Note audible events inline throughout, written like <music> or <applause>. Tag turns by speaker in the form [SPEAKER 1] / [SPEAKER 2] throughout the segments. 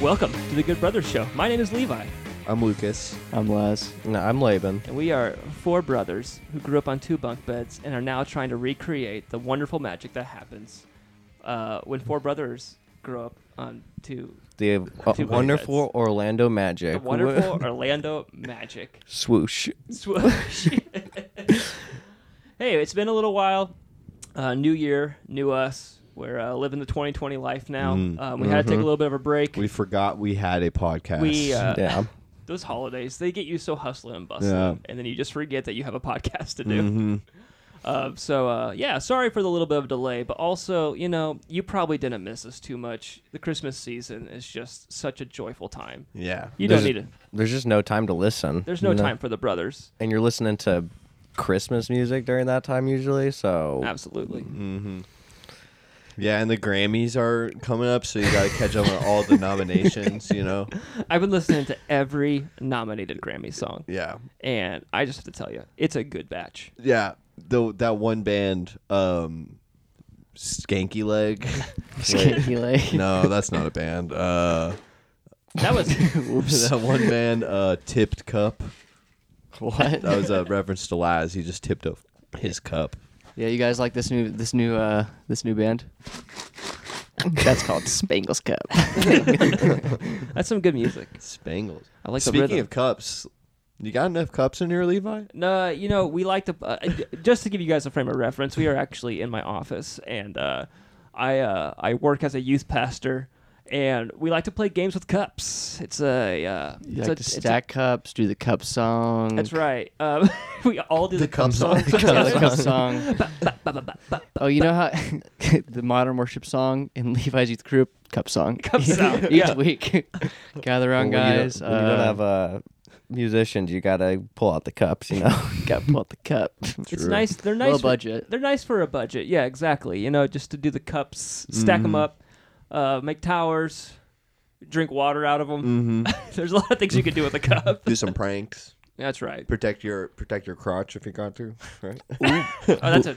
[SPEAKER 1] Welcome to the Good Brothers Show. My name is Levi,
[SPEAKER 2] I'm Lucas.
[SPEAKER 3] I'm Les.
[SPEAKER 4] No, I'm Laban.
[SPEAKER 1] and we are four brothers who grew up on two bunk beds and are now trying to recreate the wonderful magic that happens uh, when four brothers grow up on two
[SPEAKER 4] The uh,
[SPEAKER 1] Two
[SPEAKER 4] wonderful
[SPEAKER 1] buckets.
[SPEAKER 4] Orlando Magic.
[SPEAKER 1] the
[SPEAKER 2] <laughs>
[SPEAKER 1] wonderful Orlando magic.
[SPEAKER 4] <laughs>
[SPEAKER 1] <laughs>
[SPEAKER 4] swoosh.
[SPEAKER 1] Swoosh. hey, it's been a little while. Uh, new year, new us. We're uh, living the 2020 life now.
[SPEAKER 2] Mm.
[SPEAKER 1] Um, we had to take a little bit of a break.
[SPEAKER 2] We forgot we had a podcast.
[SPEAKER 1] We, uh,
[SPEAKER 4] Yeah.
[SPEAKER 1] Those holidays, they get you so hustling and bustling,
[SPEAKER 2] Yeah.
[SPEAKER 1] and then you just forget that you have a podcast to do.
[SPEAKER 2] Mhm.
[SPEAKER 1] <laughs> Uh, so uh, yeah, sorry for the little bit of delay, but also you know you probably didn't miss us too much. The Christmas season is just such a joyful time.
[SPEAKER 2] Yeah.
[SPEAKER 1] You
[SPEAKER 4] There's-
[SPEAKER 1] don't need it.
[SPEAKER 4] There's just no time to listen.
[SPEAKER 1] There's no
[SPEAKER 4] you know?
[SPEAKER 1] time for the brothers.
[SPEAKER 4] And you're listening to Christmas music during that time usually, so
[SPEAKER 1] Absolutely.
[SPEAKER 2] Mm-hmm. Yeah, and the Grammys are coming up, so you got to catch up on all the nominations, you <laughs> know?
[SPEAKER 1] I've been listening to every nominated Grammy song.
[SPEAKER 2] Yeah.
[SPEAKER 1] and I just have to tell you, it's a good batch.
[SPEAKER 2] Yeah. The, that one band, um, Skanky <laughs> Leg. Wait,
[SPEAKER 4] <laughs>
[SPEAKER 1] <laughs>
[SPEAKER 3] Skanky leg.
[SPEAKER 2] no, that's not a band. Uh,
[SPEAKER 1] That
[SPEAKER 2] <laughs>
[SPEAKER 1] was
[SPEAKER 2] that one band, uh, Tipped Cup.
[SPEAKER 3] What?
[SPEAKER 2] That was a reference to Laz. He just tipped a, his cup.
[SPEAKER 3] yeah, you guys like this new this new uh this new band? That's called Spangles Cup.
[SPEAKER 1] that's some good music.
[SPEAKER 2] Spangles.
[SPEAKER 1] I like the
[SPEAKER 2] Speaking
[SPEAKER 1] rhythm.
[SPEAKER 2] of cups, you got enough cups in here, Levi?
[SPEAKER 1] No, you know we like to uh, just to give you guys a frame of reference. We are actually in my office, and uh, I uh, I work as a youth pastor, and we like to play games with cups. It's a uh,
[SPEAKER 3] You
[SPEAKER 1] it's
[SPEAKER 3] like
[SPEAKER 1] a
[SPEAKER 3] to
[SPEAKER 1] it's a-
[SPEAKER 3] stack cups, do the cup song.
[SPEAKER 1] that's right. Um, <laughs> we all do the, cup
[SPEAKER 3] <laughs>
[SPEAKER 1] song.
[SPEAKER 3] Cup, the cup Mm-hmm. song.
[SPEAKER 4] <laughs>
[SPEAKER 3] oh, you know how <laughs> the modern worship song in Levi's youth group
[SPEAKER 1] <laughs>
[SPEAKER 3] cup song.
[SPEAKER 1] Cup song,
[SPEAKER 3] <laughs> Each
[SPEAKER 1] yeah.
[SPEAKER 3] week,
[SPEAKER 4] Well,
[SPEAKER 3] gather around,
[SPEAKER 4] when you don't-
[SPEAKER 3] guys.
[SPEAKER 4] when you don't
[SPEAKER 3] uh,
[SPEAKER 4] have uh, musicians, you gotta pull out the cups, you
[SPEAKER 3] <laughs>
[SPEAKER 4] know.
[SPEAKER 3] got pull out the
[SPEAKER 1] <laughs>
[SPEAKER 3] cup.
[SPEAKER 1] It's nice. They're nice.
[SPEAKER 3] Low
[SPEAKER 1] for-
[SPEAKER 3] budget.
[SPEAKER 1] They're nice for a budget. Yeah, exactly. You know, just to do the cups, stack
[SPEAKER 3] Mm-hmm.
[SPEAKER 1] them up, uh, make towers, drink water out of them.
[SPEAKER 2] Mm-hmm.
[SPEAKER 1] <laughs> There's a lot of things you could do with a
[SPEAKER 3] <laughs>
[SPEAKER 1] cup.
[SPEAKER 2] Do some pranks.
[SPEAKER 1] That's right.
[SPEAKER 2] Protect your protect your crotch if you got to. Right.
[SPEAKER 1] Oh, that's a.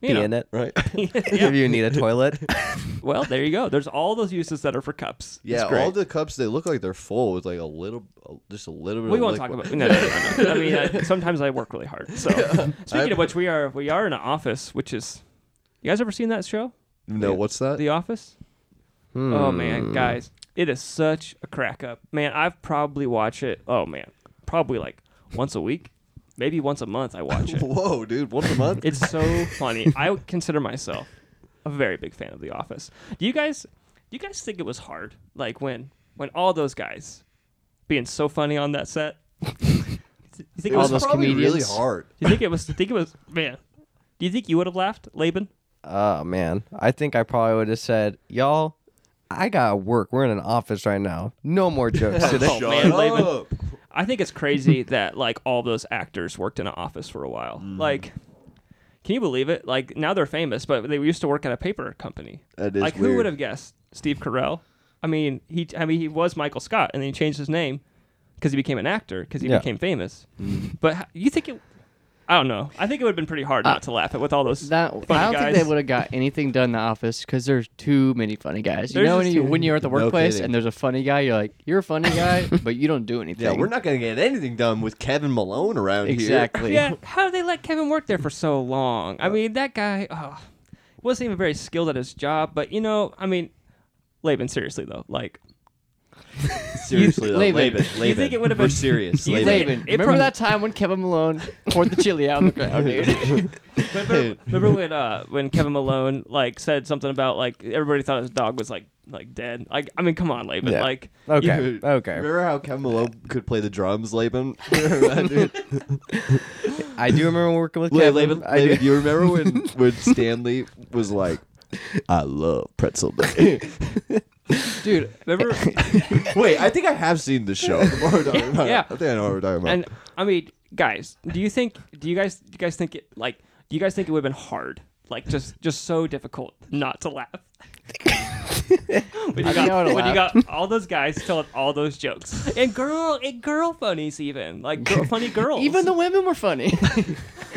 [SPEAKER 4] Be
[SPEAKER 1] You know. <laughs>
[SPEAKER 4] in it.
[SPEAKER 2] <laughs>
[SPEAKER 4] <laughs>
[SPEAKER 2] Right.
[SPEAKER 1] Yeah.
[SPEAKER 4] If you need a toilet.
[SPEAKER 1] <laughs> Well, there you go. There's all those uses that are for cups. It's
[SPEAKER 2] Yeah.
[SPEAKER 1] great.
[SPEAKER 2] All the cups they look like they're full with like a little, just a little bit.
[SPEAKER 1] we
[SPEAKER 2] of
[SPEAKER 1] won't talk
[SPEAKER 2] liquid.
[SPEAKER 1] about. No, no, no, no. I mean,
[SPEAKER 2] <laughs>
[SPEAKER 1] uh, sometimes I work really hard. So, speaking of which, we are we are in an office, which is. You guys ever seen that show,
[SPEAKER 2] No, what's that? <laughs>
[SPEAKER 1] The Office?
[SPEAKER 4] Hmm.
[SPEAKER 1] Oh
[SPEAKER 2] Hmm.
[SPEAKER 1] man, guys, it is such a crack up. Man, I've probably watched it. Oh man, probably like once a week, maybe once a month. I watch it.
[SPEAKER 2] Whoa, dude!
[SPEAKER 1] <laughs>
[SPEAKER 2] Once a month.
[SPEAKER 1] It's so funny. I would consider myself a very big fan of The Office. Do you guys do you guys think it was hard? Like when when all those guys being so funny on that
[SPEAKER 3] <laughs>
[SPEAKER 1] set? you think it
[SPEAKER 3] All
[SPEAKER 1] was
[SPEAKER 3] those
[SPEAKER 2] probably really
[SPEAKER 3] comedians.
[SPEAKER 2] hard.
[SPEAKER 1] Do you think it was do you think it was man. Do you think you would have laughed, Laban?
[SPEAKER 4] Oh man, I think I probably would have said, "Y'all, I gotta work. We're in an office right now. No
[SPEAKER 1] <laughs>
[SPEAKER 4] more jokes today."
[SPEAKER 1] <laughs> Oh, man, Laban.
[SPEAKER 2] up.
[SPEAKER 1] I think it's crazy that like all those actors worked in an office for a while.
[SPEAKER 2] Mm.
[SPEAKER 1] Like can you believe it? Like now they're famous, but they used to work at a paper company.
[SPEAKER 2] That is
[SPEAKER 1] like who
[SPEAKER 2] weird.
[SPEAKER 1] would have guessed Steve Carell? I mean, he I mean he was Michael Scott, and then he changed his name because he became an actor because he
[SPEAKER 4] Yeah.
[SPEAKER 1] became famous.
[SPEAKER 2] Mm.
[SPEAKER 1] But how, you think it? I don't know. I think it would have been pretty hard not to laugh at with all those.
[SPEAKER 3] That,
[SPEAKER 1] funny
[SPEAKER 3] I don't
[SPEAKER 1] guys.
[SPEAKER 3] think they would have got anything done in the office because there's too many funny guys. You
[SPEAKER 1] There's
[SPEAKER 3] know, when,
[SPEAKER 1] just
[SPEAKER 3] you,
[SPEAKER 1] too-
[SPEAKER 3] when you're at the
[SPEAKER 2] No
[SPEAKER 3] workplace
[SPEAKER 2] kidding.
[SPEAKER 3] and there's a funny guy, you're like, you're a funny guy, but you don't do anything.
[SPEAKER 2] Yeah, we're not gonna get anything done with Kevin Malone around
[SPEAKER 3] exactly.
[SPEAKER 1] Yeah, how did they let Kevin work there for so long? I mean, that guy oh, wasn't even very skilled at his job. But you know, I mean, Laban, seriously though, like
[SPEAKER 2] here. <laughs> Seriously, though,
[SPEAKER 3] Laban.
[SPEAKER 2] Laban.
[SPEAKER 3] You
[SPEAKER 2] Laban.
[SPEAKER 1] think it would have
[SPEAKER 2] We're
[SPEAKER 1] been- <laughs>
[SPEAKER 2] serious.
[SPEAKER 1] You
[SPEAKER 2] Laban.
[SPEAKER 1] think-
[SPEAKER 3] Laban,
[SPEAKER 1] It
[SPEAKER 3] remember
[SPEAKER 1] prob-
[SPEAKER 3] that time when Kevin Malone poured the chili out on the ground, dude?
[SPEAKER 1] remember, remember when uh when Kevin Malone like said something about like everybody thought his dog was like like dead. Like I mean, come on, Laban,
[SPEAKER 4] Yeah.
[SPEAKER 1] like. <laughs>
[SPEAKER 4] Okay, okay.
[SPEAKER 2] Remember how Kevin Malone could play the drums, Laban? <laughs> Remember that, dude?
[SPEAKER 4] I do remember working with
[SPEAKER 2] Wait,
[SPEAKER 4] Kevin.
[SPEAKER 2] Laban,
[SPEAKER 4] I do.
[SPEAKER 2] Laban, you remember
[SPEAKER 1] <laughs>
[SPEAKER 2] when when Stanley was like, "I love pretzel day."
[SPEAKER 1] <laughs>
[SPEAKER 3] Dude,
[SPEAKER 1] Remember,
[SPEAKER 2] Wait, I think I have seen the show. <laughs> I know what we're talking about.
[SPEAKER 1] Yeah.
[SPEAKER 2] I think I know what we're talking about.
[SPEAKER 1] and I mean, guys, do you think? Do you guys? Do you guys think it? Like, do you guys think it would have been hard? Like, just just so difficult not to laugh. when you
[SPEAKER 3] I think I
[SPEAKER 1] got
[SPEAKER 3] would've
[SPEAKER 1] when you got all those guys telling all those jokes and girl and girl funnies even like girl, <laughs> funny girls
[SPEAKER 3] even the women were funny.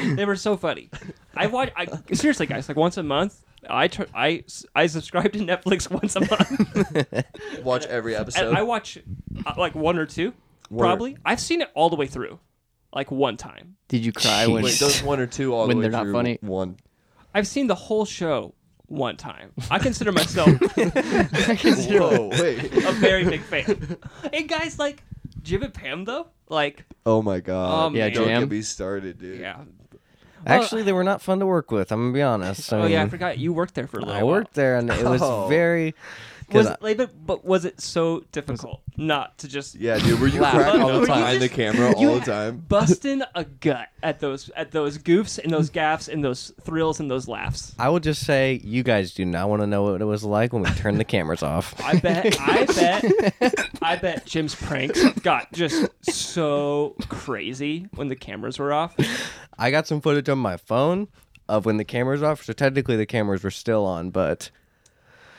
[SPEAKER 1] they were so funny. I watch I seriously guys like once a month I tr- I s- I subscribe to Netflix <laughs> once a month.
[SPEAKER 2] Watch every
[SPEAKER 1] and
[SPEAKER 2] episode.
[SPEAKER 1] I watch uh, like one or two,
[SPEAKER 2] Word.
[SPEAKER 1] probably. I've seen it all the way through, like one time.
[SPEAKER 3] Did you cry when?
[SPEAKER 2] Wait, those one or two all
[SPEAKER 3] When
[SPEAKER 2] the way
[SPEAKER 3] they're not
[SPEAKER 2] through
[SPEAKER 3] funny.
[SPEAKER 2] One.
[SPEAKER 1] I've seen the whole show one time. I consider myself
[SPEAKER 2] <laughs> Whoa, wait.
[SPEAKER 1] a very big fan. Hey guys, like Jim and Pam though, like
[SPEAKER 2] Oh my god.
[SPEAKER 1] Um,
[SPEAKER 3] Yeah,
[SPEAKER 2] Don't
[SPEAKER 3] Jam.
[SPEAKER 2] get me started, dude.
[SPEAKER 1] yeah.
[SPEAKER 4] Actually, they were not fun to work with. I'm gonna be honest. I
[SPEAKER 1] oh yeah, I
[SPEAKER 4] mean,
[SPEAKER 1] forgot you worked there for a little.
[SPEAKER 4] Um, I worked there, and it was
[SPEAKER 2] Oh.
[SPEAKER 4] very.
[SPEAKER 1] While. Was
[SPEAKER 4] 'cause
[SPEAKER 1] it, like, but, but was it so difficult not to just
[SPEAKER 2] Yeah, dude. Were you
[SPEAKER 1] Laugh. <laughs>
[SPEAKER 2] crack all
[SPEAKER 1] Were you
[SPEAKER 2] the time behind the
[SPEAKER 1] just-
[SPEAKER 2] camera
[SPEAKER 1] you-
[SPEAKER 2] all the time?
[SPEAKER 1] busting a gut at those at those goofs and those gaffs and those thrills and those laughs.
[SPEAKER 4] I will just say, you guys do not want to know what it was like when we turned the cameras off.
[SPEAKER 1] I bet, I bet, I bet Jim's pranks got just so crazy when the cameras were off.
[SPEAKER 4] I got some footage on my phone of when the cameras off. So technically, the cameras were still on, but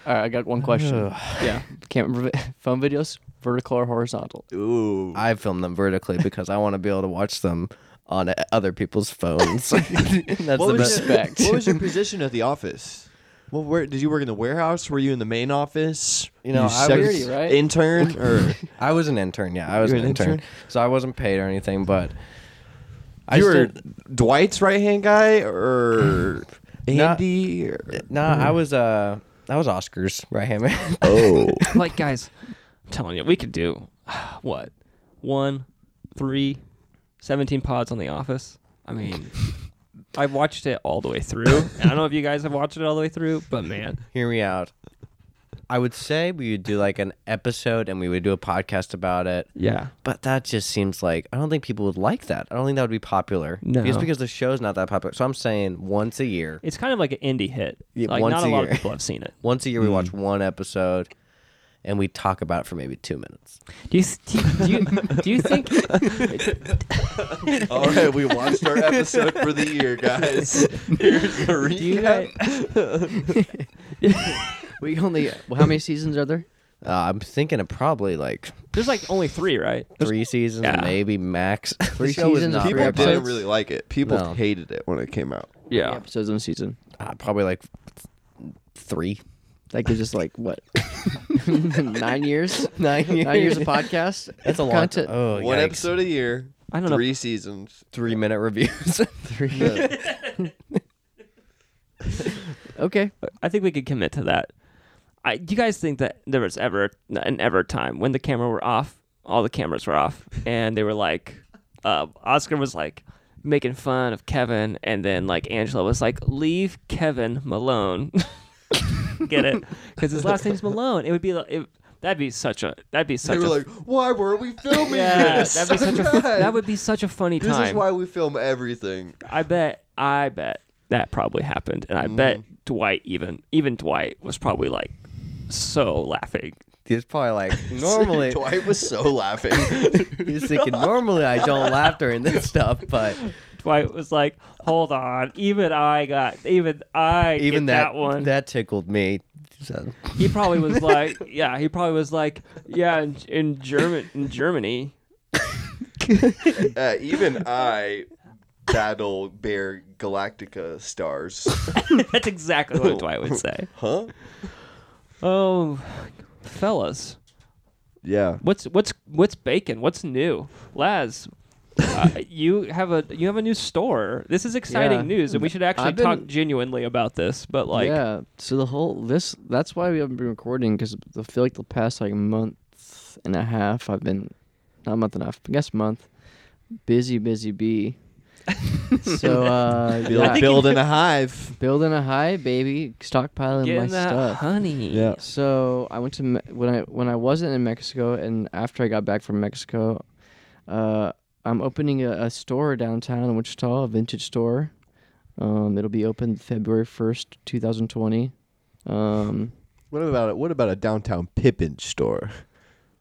[SPEAKER 3] All right, I got one question. yeah, can't remember <laughs> phone videos, vertical or horizontal?
[SPEAKER 2] Ooh.
[SPEAKER 4] I filmed them vertically because I want to be able to watch them on e, other people's phones. That's the best.
[SPEAKER 2] your,
[SPEAKER 3] respect.
[SPEAKER 2] what was your position at the office? Well, where did you work in the warehouse? Were you in the main office?
[SPEAKER 4] You know, I
[SPEAKER 2] sex-
[SPEAKER 4] was-
[SPEAKER 3] right?
[SPEAKER 2] intern or
[SPEAKER 4] I was an intern. Yeah, I was
[SPEAKER 2] You
[SPEAKER 4] an,
[SPEAKER 2] were an
[SPEAKER 4] intern,
[SPEAKER 2] intern?
[SPEAKER 4] so I wasn't paid or anything. But I
[SPEAKER 2] you were
[SPEAKER 4] still-
[SPEAKER 2] Dwight's right hand guy or
[SPEAKER 4] Nah.
[SPEAKER 2] Andy? or-
[SPEAKER 4] nah. I was uh, I was Oscars right hand man.
[SPEAKER 2] oh,
[SPEAKER 1] Like, guys, I'm telling you, we could do <sighs> what one, three, 17 pods on The Office. I
[SPEAKER 4] <laughs>
[SPEAKER 1] mean, I've watched it all the way through. And I don't know if you guys have watched it all the way through, but man,
[SPEAKER 4] Hear me out. I would say we would do like an episode and we would do a podcast about it.
[SPEAKER 1] yeah,
[SPEAKER 4] But that just seems like I don't think people would like that. I don't think that would be popular.
[SPEAKER 1] No.
[SPEAKER 4] Just because the show's not that popular. So I'm saying once a year.
[SPEAKER 1] it's kind of like an indie hit.
[SPEAKER 4] Yeah,
[SPEAKER 1] like,
[SPEAKER 4] once
[SPEAKER 1] not a
[SPEAKER 4] a
[SPEAKER 1] lot of
[SPEAKER 4] year.
[SPEAKER 1] people have seen it.
[SPEAKER 4] Once a year we watch one episode and we talk about it for maybe two minutes.
[SPEAKER 1] Do you do you, do you
[SPEAKER 4] <laughs>
[SPEAKER 1] think
[SPEAKER 2] all right. We watched our episode for the year, <laughs> guys. Here's the recap.
[SPEAKER 1] do you guys,
[SPEAKER 3] We only. Well, how many seasons are there?
[SPEAKER 4] Uh, I'm thinking of probably like
[SPEAKER 1] there's like only three, right?
[SPEAKER 4] three seasons,
[SPEAKER 1] Yeah.
[SPEAKER 4] maybe max. <laughs>
[SPEAKER 3] Three
[SPEAKER 4] The show was
[SPEAKER 3] seasons,
[SPEAKER 4] not
[SPEAKER 3] three
[SPEAKER 2] People
[SPEAKER 4] very
[SPEAKER 3] episodes?
[SPEAKER 4] popular.
[SPEAKER 2] didn't really like it. People
[SPEAKER 4] No.
[SPEAKER 2] hated it when it came out.
[SPEAKER 3] Three episodes in a season.
[SPEAKER 4] Uh, probably like three.
[SPEAKER 3] That gives us
[SPEAKER 4] <laughs>
[SPEAKER 3] like what nine years?
[SPEAKER 4] Nine
[SPEAKER 3] Nine years of podcast.
[SPEAKER 4] That's a long
[SPEAKER 3] Content.
[SPEAKER 4] time. Oh,
[SPEAKER 2] One
[SPEAKER 4] yikes.
[SPEAKER 2] episode a year.
[SPEAKER 1] I don't know.
[SPEAKER 2] Three seasons.
[SPEAKER 4] Three minute reviews. <laughs>
[SPEAKER 3] <laughs>
[SPEAKER 4] three.
[SPEAKER 3] Okay.
[SPEAKER 1] I think we could commit to that. I, do you guys think that there was ever an ever time when the camera were off, all the cameras were off, and they were like, uh, Oscar was like making fun of Kevin, and then like Angela was like, leave Kevin Malone. <laughs> Get it? Because his last name's Malone. It would be like, it, that'd be such a that'd be
[SPEAKER 2] They
[SPEAKER 1] such
[SPEAKER 2] were
[SPEAKER 1] a
[SPEAKER 2] like, "Why were we
[SPEAKER 1] <laughs>
[SPEAKER 2] filming
[SPEAKER 1] yeah,
[SPEAKER 2] this?
[SPEAKER 1] that'd be such a
[SPEAKER 2] <laughs> God,
[SPEAKER 1] that would be such a funny
[SPEAKER 2] <laughs> this
[SPEAKER 1] time.
[SPEAKER 2] is why we film <laughs> everything."
[SPEAKER 1] I bet I bet that probably happened, and I
[SPEAKER 4] Mm.
[SPEAKER 1] bet Dwight even even Dwight was probably like so laughing.
[SPEAKER 4] He's probably like normally.
[SPEAKER 2] Dwight was so laughing. <laughs>
[SPEAKER 4] He's thinking normally I don't laugh during this stuff, but
[SPEAKER 1] Dwight was like, "Hold on, even I got even I
[SPEAKER 4] even
[SPEAKER 1] get
[SPEAKER 4] that,
[SPEAKER 1] that, one."
[SPEAKER 4] that tickled me. So,
[SPEAKER 1] he probably
[SPEAKER 4] <laughs>
[SPEAKER 1] was like, "Yeah, he probably was like, yeah, in, in German in Germany." <laughs>
[SPEAKER 2] uh, even I battle bear Galactica stars.
[SPEAKER 1] That's exactly what Dwight would say.
[SPEAKER 4] <laughs>
[SPEAKER 2] Huh?
[SPEAKER 1] Oh, fellas,
[SPEAKER 2] Yeah.
[SPEAKER 1] what's what's what's bacon? What's new,
[SPEAKER 3] <laughs>
[SPEAKER 1] Laz? Uh, you have a you have a new store. This is exciting
[SPEAKER 3] Yeah.
[SPEAKER 1] news, and we should actually
[SPEAKER 3] I've been-
[SPEAKER 1] talk genuinely about this. But like,
[SPEAKER 3] yeah. So the whole this that's why we haven't been recording because I feel like the past like month and a half I've been not month and a half I guess month busy
[SPEAKER 4] <laughs>
[SPEAKER 3] busy bee. so uh,
[SPEAKER 1] I
[SPEAKER 3] yeah,
[SPEAKER 1] think
[SPEAKER 2] building
[SPEAKER 1] <laughs>
[SPEAKER 2] a hive.
[SPEAKER 3] building a hive baby, stockpiling my
[SPEAKER 1] getting that
[SPEAKER 3] stuff.
[SPEAKER 1] honey.
[SPEAKER 2] Yeah.
[SPEAKER 3] So I went to Me- when I when I wasn't in Mexico, and after I got back from Mexico, uh, I'm opening a, a store downtown in Wichita, a vintage store. Um, it'll be open February first, two thousand twenty. Um,
[SPEAKER 2] What about a, what about a downtown Pippin store?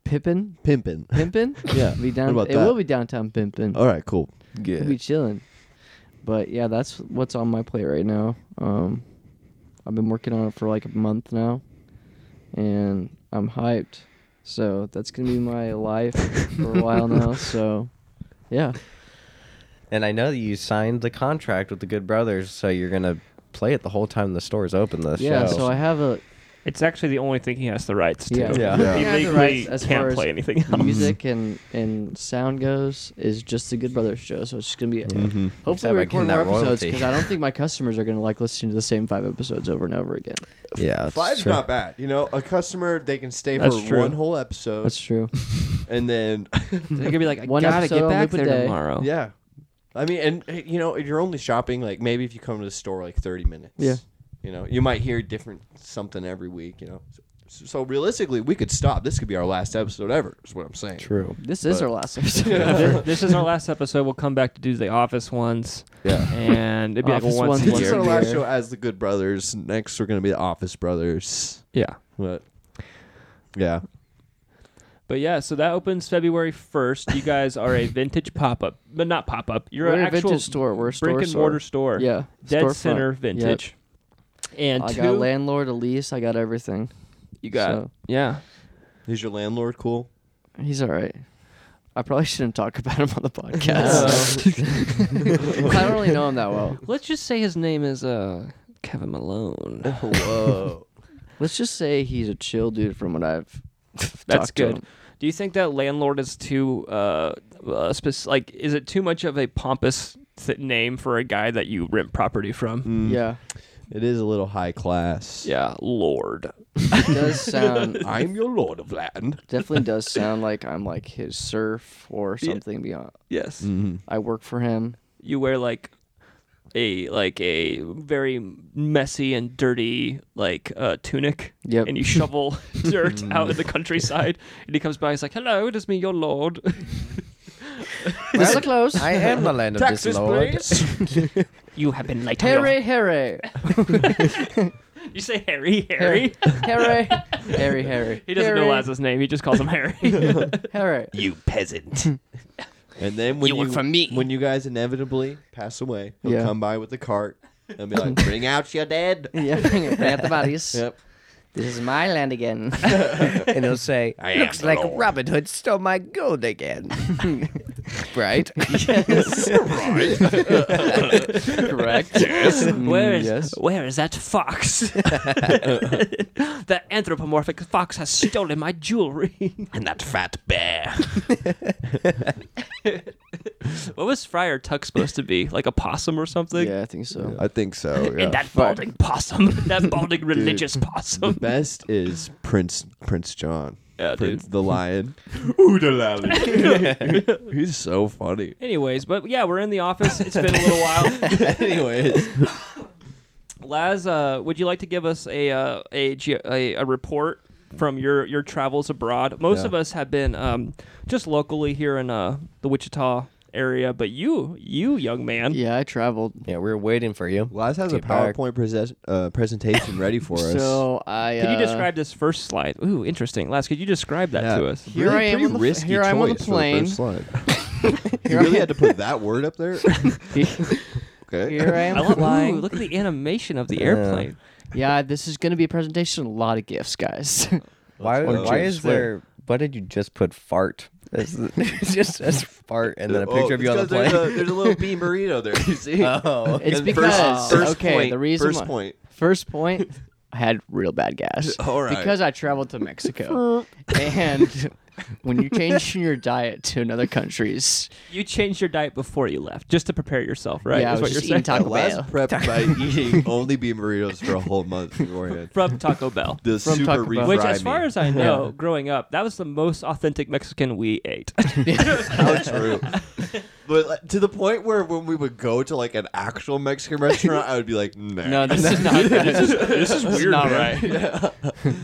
[SPEAKER 3] Pippin,
[SPEAKER 2] Pimpin.
[SPEAKER 3] Pimpin,
[SPEAKER 2] <laughs> Yeah,
[SPEAKER 3] be down.
[SPEAKER 2] about
[SPEAKER 3] it
[SPEAKER 2] that?
[SPEAKER 3] will be downtown Pimpin.
[SPEAKER 2] All right, cool.
[SPEAKER 3] We'll be chilling. But yeah, that's what's on my plate right now. Um, I've been working on it for like a month now, and I'm hyped. So that's gonna be my life for a while
[SPEAKER 4] <laughs>
[SPEAKER 3] now. So, yeah,
[SPEAKER 4] and I know that you signed the contract with the Good Brothers, so you're gonna play it the whole time the store's open. The
[SPEAKER 3] yeah,
[SPEAKER 4] show.
[SPEAKER 3] so I
[SPEAKER 4] <clears throat>
[SPEAKER 3] have a
[SPEAKER 1] It's actually the only thing he has the rights to.
[SPEAKER 3] Yeah.
[SPEAKER 4] Yeah.
[SPEAKER 2] Yeah.
[SPEAKER 1] He
[SPEAKER 3] Yeah, the
[SPEAKER 1] legally
[SPEAKER 3] rights as far
[SPEAKER 1] can't
[SPEAKER 3] as
[SPEAKER 1] play anything else.
[SPEAKER 3] music and and sound goes is just the Good Brothers show, so it's just gonna be
[SPEAKER 4] Mm-hmm. Except I
[SPEAKER 3] hopefully we record
[SPEAKER 4] getting
[SPEAKER 3] more
[SPEAKER 4] that
[SPEAKER 3] episodes
[SPEAKER 4] royalty.
[SPEAKER 3] because I don't think my customers are gonna like listening to the same five episodes over and over again.
[SPEAKER 4] yeah, it's
[SPEAKER 2] Five's
[SPEAKER 4] true.
[SPEAKER 2] not bad. You know, a customer they can stay
[SPEAKER 1] That's
[SPEAKER 2] for
[SPEAKER 1] true.
[SPEAKER 2] one whole episode,
[SPEAKER 3] That's true.
[SPEAKER 2] and then
[SPEAKER 1] They're gonna be like, I
[SPEAKER 3] <laughs> One
[SPEAKER 1] gotta
[SPEAKER 3] episode
[SPEAKER 1] get
[SPEAKER 3] on
[SPEAKER 1] back
[SPEAKER 3] loop a
[SPEAKER 1] there
[SPEAKER 3] day.
[SPEAKER 1] tomorrow.
[SPEAKER 2] yeah, I mean, and eh, you know, you're only shopping like maybe if you come to the store like 30 minutes.
[SPEAKER 3] Yeah.
[SPEAKER 2] you know, you might hear different something every week. You know, so, so realistically, we could stop. This could be our last episode ever. Is what I'm saying.
[SPEAKER 4] True.
[SPEAKER 3] This is
[SPEAKER 2] But-
[SPEAKER 3] our
[SPEAKER 4] <laughs>
[SPEAKER 3] last
[SPEAKER 1] <laughs>
[SPEAKER 3] episode. <laughs>
[SPEAKER 1] this, this is our last episode. We'll come back to do the office ones,
[SPEAKER 4] Yeah.
[SPEAKER 1] and it'd be like
[SPEAKER 3] Office
[SPEAKER 1] once
[SPEAKER 3] ones
[SPEAKER 1] a
[SPEAKER 2] This
[SPEAKER 3] once
[SPEAKER 2] is
[SPEAKER 1] year.
[SPEAKER 3] <laughs>
[SPEAKER 2] our
[SPEAKER 3] a
[SPEAKER 2] last
[SPEAKER 3] year.
[SPEAKER 2] show as the Good Brothers. Next, we're gonna be the Office Brothers.
[SPEAKER 1] Yeah,
[SPEAKER 2] But yeah,
[SPEAKER 1] but yeah. So that opens February first. You guys are a vintage pop up, but not pop up. You're
[SPEAKER 3] We're
[SPEAKER 1] an
[SPEAKER 3] a
[SPEAKER 1] actual
[SPEAKER 3] vintage store. We're a store
[SPEAKER 1] brick and
[SPEAKER 3] store.
[SPEAKER 1] mortar store.
[SPEAKER 3] Yeah,
[SPEAKER 1] Dead
[SPEAKER 3] storefront.
[SPEAKER 1] center
[SPEAKER 3] Yep.
[SPEAKER 1] vintage. And
[SPEAKER 3] I
[SPEAKER 1] two,
[SPEAKER 3] got a landlord, a lease. I got everything.
[SPEAKER 1] you got
[SPEAKER 3] <laughs> so-
[SPEAKER 1] yeah.
[SPEAKER 2] is your landlord cool?
[SPEAKER 3] He's all right. I probably <laughs> shouldn't talk about him on
[SPEAKER 1] <laughs>
[SPEAKER 3] the
[SPEAKER 1] Uh,
[SPEAKER 3] podcast. I don't really know him that well.
[SPEAKER 1] <laughs> Let's just say his name is uh Kevin Malone.
[SPEAKER 2] Whoa.
[SPEAKER 3] Let's just say he's a chill dude from what I've.
[SPEAKER 1] <laughs> That's
[SPEAKER 3] talked to
[SPEAKER 1] good.
[SPEAKER 3] him.
[SPEAKER 1] Do you think that landlord is too uh, uh spec- like is it too much of a pompous th- name for a guy that you rent property from?
[SPEAKER 3] Yeah,
[SPEAKER 2] It is a little high class.
[SPEAKER 1] Yeah, lord. <laughs>
[SPEAKER 3] it does sound
[SPEAKER 2] I'm your lord of land.
[SPEAKER 3] definitely does sound like I'm like his serf or something beyond.
[SPEAKER 1] Yes.
[SPEAKER 3] I work for him.
[SPEAKER 1] You wear like a like a very messy and dirty like uh, tunic
[SPEAKER 3] Yep.
[SPEAKER 1] and you shovel
[SPEAKER 3] <laughs>
[SPEAKER 1] dirt out in the countryside and he comes by he's like hello it is me your lord
[SPEAKER 3] This is close.
[SPEAKER 4] I am the land of this lord.
[SPEAKER 1] you have been late on your-
[SPEAKER 3] Harry, Harry,
[SPEAKER 1] you say harry harry
[SPEAKER 3] Harry,
[SPEAKER 1] <laughs>
[SPEAKER 3] Harry, Harry.
[SPEAKER 1] he doesn't
[SPEAKER 3] Harry,
[SPEAKER 1] realize his name he just calls him harry <laughs>
[SPEAKER 3] Harry.
[SPEAKER 2] You peasant. <laughs> and then when
[SPEAKER 3] You
[SPEAKER 2] you,
[SPEAKER 3] work for me.
[SPEAKER 2] when you guys inevitably pass away, he'll
[SPEAKER 3] Yeah.
[SPEAKER 2] come by with the cart and be <laughs> like, "Bring out your <laughs> dead."
[SPEAKER 3] Yeah, <laughs> bring it, bring out the <laughs> bodies.
[SPEAKER 2] Yep.
[SPEAKER 3] This is my land again.
[SPEAKER 4] <laughs> and he'll say,
[SPEAKER 2] I am
[SPEAKER 4] "Looks
[SPEAKER 2] the
[SPEAKER 4] like
[SPEAKER 2] Lord."
[SPEAKER 4] Robin Hood stole my gold again." <laughs> right?
[SPEAKER 3] Correct. Yes.
[SPEAKER 1] Where is
[SPEAKER 3] Mm, yes.
[SPEAKER 1] where is that
[SPEAKER 3] <laughs>
[SPEAKER 1] fox? that anthropomorphic fox has stolen my jewelry. <laughs>
[SPEAKER 2] And that fat bear.
[SPEAKER 1] what was Friar Tuck supposed to be? Like a possum or something?
[SPEAKER 3] Yeah, I think so.
[SPEAKER 2] I think so.
[SPEAKER 1] And that balding possum, <laughs> that
[SPEAKER 3] <laughs>
[SPEAKER 1] balding religious possum.
[SPEAKER 2] <laughs> Best is Prince Prince John.
[SPEAKER 1] Yeah,
[SPEAKER 2] Prince the Lion. <laughs> Oodalali. <laughs> He's so funny.
[SPEAKER 1] <laughs> Anyways, but yeah, we're in the office. It's been a little <laughs> while.
[SPEAKER 2] Anyways,
[SPEAKER 1] Laz, uh, would you like to give us a uh, a, ge- a a report from your your travels abroad? Most
[SPEAKER 2] Yeah.
[SPEAKER 1] of us have been um, just locally here in uh, the Wichita area, but you you young man,
[SPEAKER 3] Yeah, I traveled.
[SPEAKER 4] Yeah, we are waiting for you.
[SPEAKER 2] Laz has a
[SPEAKER 4] Get back.
[SPEAKER 2] PowerPoint prese- uh, presentation ready <laughs> for us.
[SPEAKER 3] So I. Uh,
[SPEAKER 1] Could you describe this first slide? Ooh, interesting. Laz, could you describe that to us?
[SPEAKER 3] Here I am
[SPEAKER 2] pretty
[SPEAKER 3] on the f-
[SPEAKER 2] risky
[SPEAKER 3] here I am on the
[SPEAKER 2] choice for the first
[SPEAKER 3] <laughs>
[SPEAKER 2] <laughs> slide. you really had to put that word up there. Okay.
[SPEAKER 3] Here <laughs> I
[SPEAKER 1] <laughs>
[SPEAKER 3] am
[SPEAKER 1] I love,
[SPEAKER 3] flying.
[SPEAKER 1] ooh, look at the animation of the airplane.
[SPEAKER 3] Yeah, this is going to be a presentation. A lot of gifts, guys. <laughs>
[SPEAKER 4] Why?
[SPEAKER 2] Or
[SPEAKER 4] Why
[SPEAKER 2] James
[SPEAKER 4] is there? Why did you just put fart? It's it's <laughs> just says fart and then a
[SPEAKER 2] Oh,
[SPEAKER 4] picture of you on the
[SPEAKER 2] it's 'cause
[SPEAKER 4] plane.
[SPEAKER 2] There's a, there's a little bean burrito there. You see?
[SPEAKER 4] <laughs> oh,
[SPEAKER 3] It's
[SPEAKER 2] First-
[SPEAKER 3] because
[SPEAKER 2] first
[SPEAKER 3] Oh, okay,
[SPEAKER 2] point,
[SPEAKER 3] the reason
[SPEAKER 2] first
[SPEAKER 3] why-
[SPEAKER 2] point.
[SPEAKER 3] First point, I had real bad gas.
[SPEAKER 2] All right.
[SPEAKER 3] Because I traveled to Mexico, and when you change your diet to another country's,
[SPEAKER 1] You changed your diet before you left, just to prepare yourself, right?
[SPEAKER 3] yeah, I
[SPEAKER 1] is what
[SPEAKER 3] was just
[SPEAKER 1] you're
[SPEAKER 3] eating
[SPEAKER 1] saying.
[SPEAKER 3] Taco
[SPEAKER 2] Laz
[SPEAKER 3] Bell.
[SPEAKER 2] prepped by
[SPEAKER 3] <laughs>
[SPEAKER 2] eating only bean burritos for a whole month beforehand.
[SPEAKER 1] From Taco
[SPEAKER 3] <laughs>
[SPEAKER 1] Bell.
[SPEAKER 2] The
[SPEAKER 3] From
[SPEAKER 2] super
[SPEAKER 3] Taco Bell.
[SPEAKER 2] refried
[SPEAKER 1] Which, as
[SPEAKER 2] meat.
[SPEAKER 1] far
[SPEAKER 2] <laughs>
[SPEAKER 1] as I know, growing up, that was the most authentic Mexican we <laughs> ate.
[SPEAKER 2] How true. But like, to the point where when we would go to like an actual Mexican restaurant, I would be like, nah. <laughs>
[SPEAKER 3] No, this is not. This is,
[SPEAKER 1] this is weird,
[SPEAKER 3] not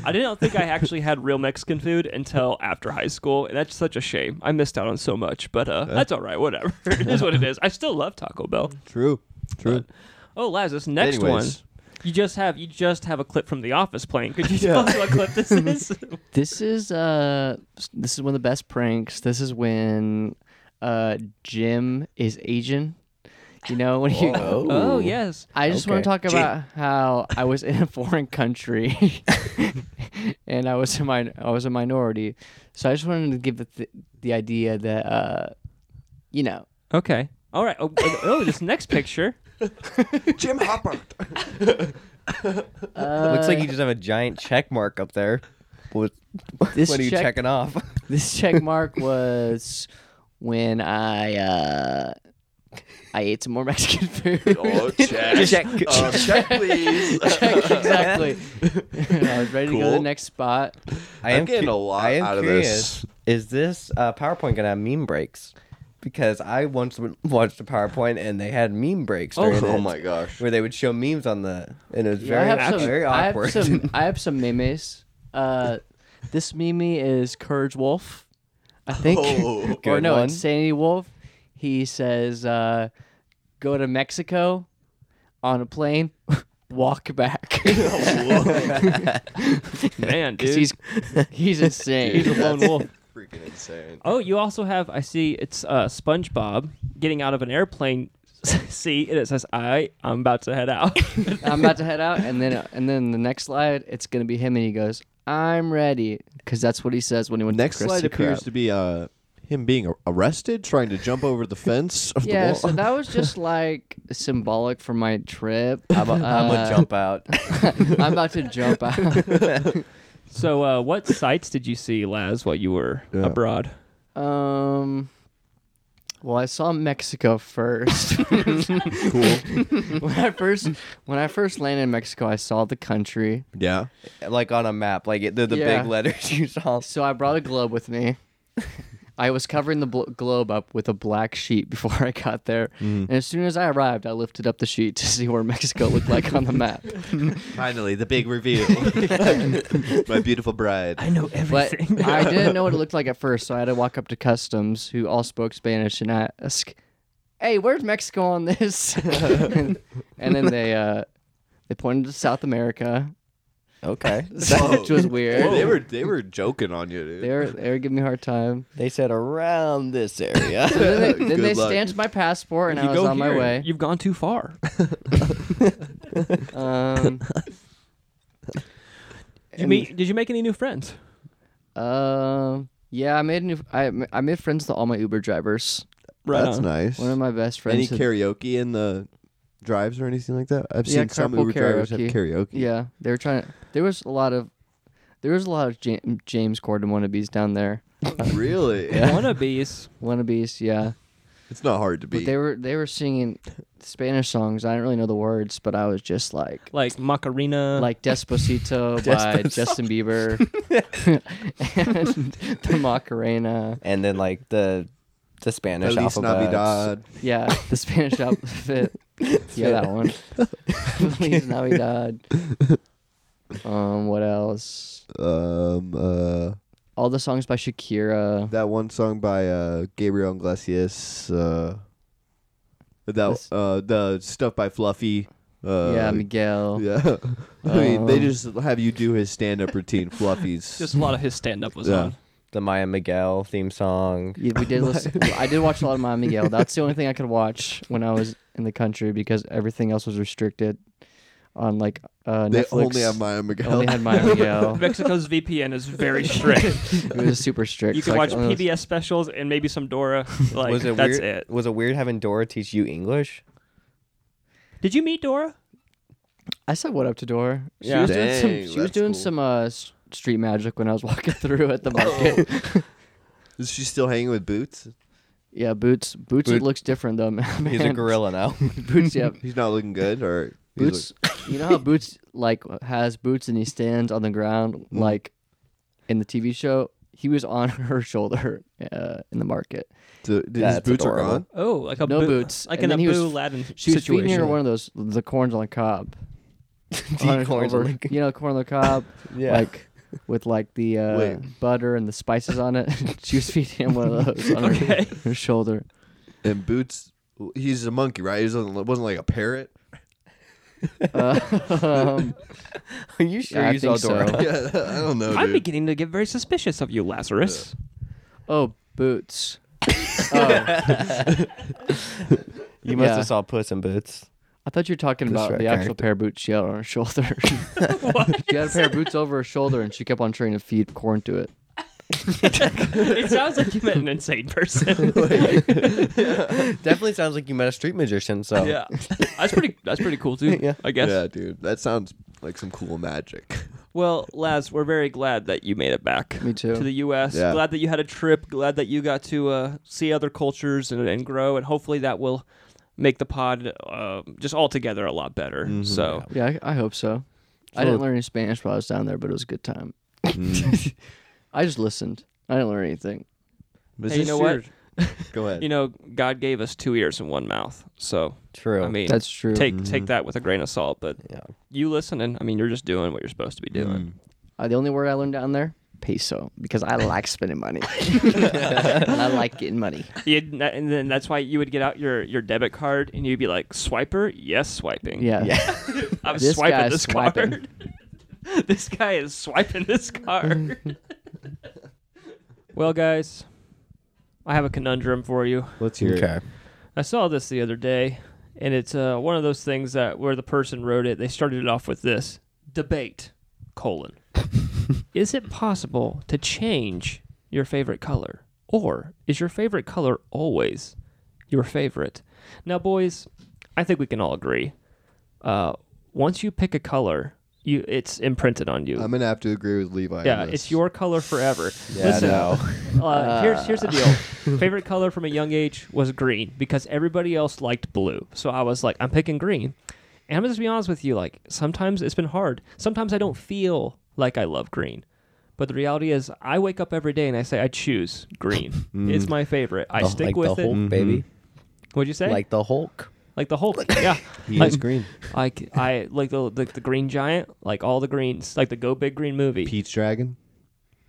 [SPEAKER 1] I didn't think I actually had real Mexican food until after high school, and that's such a shame. I missed out on so much, but uh, that's all right. Whatever, <laughs> it is what it is. I still love Taco Bell.
[SPEAKER 2] True. True.
[SPEAKER 1] Oh, Laz, this next
[SPEAKER 2] Mm. Anyways.
[SPEAKER 1] one. You just have you just have a clip from The Office playing.
[SPEAKER 2] <laughs>
[SPEAKER 1] Could you tell us what clip this is?
[SPEAKER 3] This is uh this is one of the best pranks. This is when uh Jim is Asian. You know, when you
[SPEAKER 1] oh yes.
[SPEAKER 3] I just want
[SPEAKER 4] okay.
[SPEAKER 3] to talk about how I was in a foreign country <laughs> and I was a min- I was a minority. So I just wanted to give the th- the idea that uh you know,
[SPEAKER 2] <laughs>
[SPEAKER 1] Okay. All right. Oh, oh, this next picture.
[SPEAKER 2] Jim Hopper.
[SPEAKER 4] Oh, Looks like you just have a giant check mark up there. With
[SPEAKER 3] This
[SPEAKER 4] what <laughs> are you
[SPEAKER 3] check-
[SPEAKER 4] checking off?
[SPEAKER 3] This check mark was when I uh, I ate some more Mexican food.
[SPEAKER 2] <laughs>
[SPEAKER 3] <laughs>
[SPEAKER 2] Oh, check.
[SPEAKER 4] <laughs>
[SPEAKER 3] Check.
[SPEAKER 2] Uh, <laughs> check, please.
[SPEAKER 3] <laughs> Check, exactly. <laughs> I was ready to go to
[SPEAKER 2] Cool.
[SPEAKER 3] the next spot.
[SPEAKER 4] I
[SPEAKER 2] I'm
[SPEAKER 4] am
[SPEAKER 2] getting
[SPEAKER 4] cu-
[SPEAKER 2] a lot
[SPEAKER 4] I am
[SPEAKER 2] out of
[SPEAKER 4] curious,
[SPEAKER 2] this.
[SPEAKER 4] Is this uh, PowerPoint gonna have meme breaks? Because I once w- watched a PowerPoint and they had meme breaks.
[SPEAKER 1] Oh,
[SPEAKER 4] during
[SPEAKER 2] <laughs> oh
[SPEAKER 4] it,
[SPEAKER 2] my gosh.
[SPEAKER 3] <laughs>
[SPEAKER 4] Where they would show memes on the and it was
[SPEAKER 3] Yeah,
[SPEAKER 4] very
[SPEAKER 3] I have some,
[SPEAKER 4] very
[SPEAKER 3] I
[SPEAKER 4] awkward.
[SPEAKER 3] have some, I have some memes. Uh, this meme is Courage Wolf, I think. <laughs>
[SPEAKER 2] Oh,
[SPEAKER 3] or
[SPEAKER 4] good
[SPEAKER 3] no,
[SPEAKER 4] one.
[SPEAKER 3] it's Sanity Wolf. He says, uh, go to Mexico on a plane, <laughs> walk back. <laughs>
[SPEAKER 1] Man, dude.
[SPEAKER 3] Because he's, he's insane.
[SPEAKER 1] He's a lone wolf.
[SPEAKER 2] freaking insane.
[SPEAKER 1] Oh, you also have. I see. It's uh, SpongeBob getting out of an airplane <laughs> seat, and it says, "I, I'm about to head out."
[SPEAKER 3] <laughs> I'm about to head out, and then and then the next slide, it's gonna be him, and he goes, "I'm ready," because that's what he says when he went
[SPEAKER 2] Next
[SPEAKER 3] to
[SPEAKER 2] slide
[SPEAKER 3] Krusty
[SPEAKER 2] appears
[SPEAKER 3] Krab.
[SPEAKER 2] to be uh, him being ar- arrested, trying to jump over the fence of <laughs> the
[SPEAKER 3] Yeah,
[SPEAKER 2] wall. <laughs>
[SPEAKER 3] so that was just like symbolic for my trip.
[SPEAKER 4] <laughs> I'm, a, I'm
[SPEAKER 3] Uh,
[SPEAKER 4] a jump out.
[SPEAKER 3] <laughs> I'm about to jump out. <laughs>
[SPEAKER 1] so, uh, what sites did you see, Laz, while you were
[SPEAKER 2] Yeah.
[SPEAKER 1] abroad?
[SPEAKER 3] Um, well, I saw Mexico first.
[SPEAKER 2] cool.
[SPEAKER 3] <laughs> when I first when I first landed in Mexico, I saw the country.
[SPEAKER 2] Yeah.
[SPEAKER 4] like on a map, like it, the, the
[SPEAKER 3] Yeah.
[SPEAKER 4] big letters <laughs> you saw.
[SPEAKER 3] So I brought a globe with me. I was covering the bl- globe up with a black sheet before I got there. And as soon as I arrived, I lifted up the sheet to see where Mexico looked like on the map.
[SPEAKER 2] Finally, the big reveal. My beautiful bride.
[SPEAKER 1] know
[SPEAKER 3] But
[SPEAKER 1] <laughs>
[SPEAKER 3] I didn't know what it looked like at first, so I had to walk up to customs, who all spoke Spanish, and ask, "Hey, where's Mexico on this?" <laughs> and then they uh, they pointed to South America,
[SPEAKER 2] <laughs>
[SPEAKER 4] Okay.
[SPEAKER 2] Oh.
[SPEAKER 3] which was weird.
[SPEAKER 2] They were they were joking on you, dude.
[SPEAKER 3] They were they were giving me a
[SPEAKER 2] <laughs>
[SPEAKER 3] hard time.
[SPEAKER 4] They said around this area.
[SPEAKER 3] And then they, then
[SPEAKER 2] Good
[SPEAKER 3] they
[SPEAKER 2] luck.
[SPEAKER 3] stamped my passport, and I was on my way.
[SPEAKER 1] You've gone too
[SPEAKER 3] <laughs>
[SPEAKER 1] far.
[SPEAKER 2] <laughs>
[SPEAKER 3] Um,
[SPEAKER 1] Did you, meet, did you make any new friends?
[SPEAKER 3] um, yeah, I made new. I I made friends to all my Uber drivers.
[SPEAKER 2] That's
[SPEAKER 1] on.
[SPEAKER 2] nice.
[SPEAKER 3] One of my best
[SPEAKER 2] Any
[SPEAKER 3] friends. had-
[SPEAKER 2] karaoke in the drives or anything like that? I've
[SPEAKER 3] Yeah,
[SPEAKER 2] seen some
[SPEAKER 3] carpool
[SPEAKER 2] Uber drivers have
[SPEAKER 3] karaoke.
[SPEAKER 2] karaoke.
[SPEAKER 3] yeah, they were trying. To, there was a lot of. There was a lot of Ja- James Corden wannabes down there.
[SPEAKER 2] <laughs>
[SPEAKER 3] <laughs>
[SPEAKER 2] Really?
[SPEAKER 1] Wannabes.
[SPEAKER 3] Wannabes, yeah.
[SPEAKER 2] It's not hard to
[SPEAKER 3] But
[SPEAKER 2] beat.
[SPEAKER 3] they were they were singing Spanish songs. I didn't really know the words, but I was just like
[SPEAKER 1] Like Macarena.
[SPEAKER 3] like Despacito by Justin Bieber and the Macarena.
[SPEAKER 4] and then like the the Spanish
[SPEAKER 2] Feliz
[SPEAKER 4] alphabet.
[SPEAKER 2] Navidad.
[SPEAKER 3] Yeah, the Spanish outfit. Yeah, that one. Please Navidad. Um, what else?
[SPEAKER 2] Um, uh,
[SPEAKER 3] All the songs by Shakira.
[SPEAKER 2] that one song by uh, Gabriel Iglesias. Uh, that
[SPEAKER 3] This-
[SPEAKER 2] uh, the stuff by Fluffy. Uh, <laughs>
[SPEAKER 3] yeah, Miguel.
[SPEAKER 2] yeah. <laughs> I mean, they
[SPEAKER 3] Um,
[SPEAKER 2] just have you do his stand-up routine,
[SPEAKER 3] <laughs>
[SPEAKER 2] Fluffy's.
[SPEAKER 1] just a lot of his stand up was
[SPEAKER 2] Yeah.
[SPEAKER 1] on.
[SPEAKER 4] The Maya Miguel theme song.
[SPEAKER 3] Yeah, we did
[SPEAKER 1] <laughs>
[SPEAKER 3] listen. I did watch a lot of Maya Miguel. That's the only thing I could watch when I was in the country because everything else was restricted on like uh,
[SPEAKER 2] they
[SPEAKER 3] Netflix.
[SPEAKER 2] only have Maya Miguel.
[SPEAKER 3] Only had
[SPEAKER 2] <laughs>
[SPEAKER 3] Maya Miguel. <laughs>
[SPEAKER 1] Mexico's VPN is very strict.
[SPEAKER 3] it was super strict.
[SPEAKER 1] You
[SPEAKER 3] It's
[SPEAKER 1] can
[SPEAKER 3] like uh,
[SPEAKER 1] watch
[SPEAKER 3] one of those-
[SPEAKER 1] PBS specials and maybe some
[SPEAKER 3] <laughs>
[SPEAKER 1] Dora. Like
[SPEAKER 4] was it
[SPEAKER 1] that's
[SPEAKER 4] weird?
[SPEAKER 1] it.
[SPEAKER 4] Was it weird having Dora teach you English?
[SPEAKER 1] Did you meet Dora?
[SPEAKER 3] I said what up to door. She
[SPEAKER 1] Yeah.
[SPEAKER 3] was doing
[SPEAKER 2] Dang,
[SPEAKER 3] some. She was
[SPEAKER 2] that's
[SPEAKER 3] doing
[SPEAKER 2] cool.
[SPEAKER 3] some uh, s- street magic when I was walking <laughs> through at the market.
[SPEAKER 2] Is she still hanging with Boots?
[SPEAKER 3] yeah, boots. Boots.
[SPEAKER 4] Boot-
[SPEAKER 3] It looks different though. <laughs> Man.
[SPEAKER 4] He's a gorilla
[SPEAKER 2] <laughs>
[SPEAKER 4] now.
[SPEAKER 3] Boots. Yeah.
[SPEAKER 2] He's not looking good, or he's
[SPEAKER 3] Boots. <laughs> you know how Boots like has boots and he stands on the ground
[SPEAKER 4] Mm.
[SPEAKER 3] like in the TV show. He was on <laughs> her shoulder uh, in the market.
[SPEAKER 2] look- d- d- his
[SPEAKER 4] That's
[SPEAKER 2] boots
[SPEAKER 4] adorable.
[SPEAKER 2] are gone.
[SPEAKER 1] Oh, like a
[SPEAKER 3] No
[SPEAKER 1] Boo-
[SPEAKER 3] boots.
[SPEAKER 1] like
[SPEAKER 3] And
[SPEAKER 1] an
[SPEAKER 3] then he was-
[SPEAKER 1] Abu Laden
[SPEAKER 3] She was feeding
[SPEAKER 1] situation.
[SPEAKER 3] her one of those the corns on the cob. On
[SPEAKER 4] Deep
[SPEAKER 3] an
[SPEAKER 4] corns
[SPEAKER 3] over-
[SPEAKER 4] on <laughs> the-
[SPEAKER 3] you know, corn on the cob.
[SPEAKER 4] Yeah.
[SPEAKER 3] Like with like the uh,
[SPEAKER 2] Wait.
[SPEAKER 3] butter and the spices on it. <laughs> she was feeding him one of those on her-
[SPEAKER 1] Okay.
[SPEAKER 3] <laughs>
[SPEAKER 4] <laughs>
[SPEAKER 3] her, shoulder.
[SPEAKER 2] And Boots, he's a monkey, right? He wasn't, wasn't like a parrot. <laughs>
[SPEAKER 3] Uh, um,
[SPEAKER 4] Are you sure
[SPEAKER 3] Yeah, I
[SPEAKER 4] you saw
[SPEAKER 3] think
[SPEAKER 4] Dora?
[SPEAKER 3] so.
[SPEAKER 2] Yeah, I don't know,
[SPEAKER 1] I'm
[SPEAKER 2] dude.
[SPEAKER 1] beginning to get very suspicious of you, Lazarus.
[SPEAKER 3] oh,
[SPEAKER 4] <laughs>
[SPEAKER 3] boots. oh, <laughs>
[SPEAKER 4] You must
[SPEAKER 3] Yeah.
[SPEAKER 4] have saw Puss in Boots.
[SPEAKER 3] I thought you were talking
[SPEAKER 4] That's
[SPEAKER 3] about
[SPEAKER 4] right,
[SPEAKER 3] the actual
[SPEAKER 4] character.
[SPEAKER 3] pair of boots she had on her <laughs> shoulder. she had a pair of boots over her shoulder, and she kept on trying to feed corn to it.
[SPEAKER 1] <laughs> it sounds like you met an insane
[SPEAKER 3] <laughs>
[SPEAKER 1] person.
[SPEAKER 4] Definitely sounds like you met a street magician. So
[SPEAKER 1] yeah, that's pretty. That's pretty cool
[SPEAKER 3] <laughs>
[SPEAKER 1] too.
[SPEAKER 4] Yeah.
[SPEAKER 1] I guess.
[SPEAKER 2] Yeah, dude, that sounds like some cool magic.
[SPEAKER 1] Well, Laz, we're very glad that you made it back.
[SPEAKER 3] Me too.
[SPEAKER 1] To the U.S.
[SPEAKER 2] Yeah.
[SPEAKER 1] Glad that you had a trip. Glad that you got to uh, see other cultures and, and grow. And hopefully that will make the pod uh, just altogether a lot better. So
[SPEAKER 3] Mm-hmm. Yeah, I, I hope so. I didn't learn any Spanish while I was down there, but it was a good time. Mm. <laughs> I just listened. I didn't learn anything.
[SPEAKER 2] Is
[SPEAKER 1] Hey, you
[SPEAKER 2] this
[SPEAKER 1] know what? <laughs>
[SPEAKER 2] your- Go ahead.
[SPEAKER 1] you know, God gave us two ears and one mouth. So
[SPEAKER 4] true.
[SPEAKER 1] I mean,
[SPEAKER 3] That's true.
[SPEAKER 1] take take that with a grain of salt. But
[SPEAKER 4] yeah.
[SPEAKER 1] you listening, I mean, you're just doing what you're supposed to be doing.
[SPEAKER 3] Uh, the only word I learned down there, peso, because I like spending money. <laughs> and I like getting money.
[SPEAKER 1] You- and then that's why you would get out your, your debit card and you'd be like, "Swiper, yes, swiping.
[SPEAKER 3] Yeah.
[SPEAKER 1] I'm
[SPEAKER 3] This
[SPEAKER 1] swiping
[SPEAKER 3] guy's
[SPEAKER 1] this
[SPEAKER 3] swiping.
[SPEAKER 1] card. <laughs> this guy is swiping this
[SPEAKER 3] <laughs>
[SPEAKER 1] card. well, guys, I have a conundrum for you.
[SPEAKER 2] Let's hear
[SPEAKER 4] Okay.
[SPEAKER 1] I saw this the other day, and it's uh, one of those things that where the person wrote it, they started it off with this debate colon. is it possible to change your favorite color, or is your favorite color always your favorite? Now, boys, I think we can all agree. Uh, once you pick a color, you it's imprinted on you.
[SPEAKER 2] I'm gonna have to agree with Levi. on
[SPEAKER 1] yeah,
[SPEAKER 2] this.
[SPEAKER 1] it's your color forever.
[SPEAKER 4] Yeah.
[SPEAKER 1] Listen,
[SPEAKER 4] no.
[SPEAKER 1] uh, here's here's the
[SPEAKER 4] <laughs>
[SPEAKER 1] deal. Favorite color from a young age was green because everybody else liked blue. So I was like, I'm picking green. And I'm just be honest with you, like sometimes it's been hard. Sometimes I don't feel like I love green. But the reality is I wake up every day and I say I choose green.
[SPEAKER 4] <laughs>
[SPEAKER 1] It's my favorite. I
[SPEAKER 4] Mm. The-
[SPEAKER 1] stick
[SPEAKER 4] Oh, like
[SPEAKER 1] with
[SPEAKER 4] the
[SPEAKER 1] it.
[SPEAKER 4] Hulk, baby.
[SPEAKER 2] Mm-hmm.
[SPEAKER 1] What'd you say?
[SPEAKER 4] Like the Hulk.
[SPEAKER 1] like the
[SPEAKER 4] <laughs>
[SPEAKER 1] Hulk. yeah.
[SPEAKER 2] He
[SPEAKER 1] like,
[SPEAKER 2] is green.
[SPEAKER 1] I, c- I- <laughs> like the, the the green giant, like all the greens, like the Go Big Green movie.
[SPEAKER 2] Peach Dragon.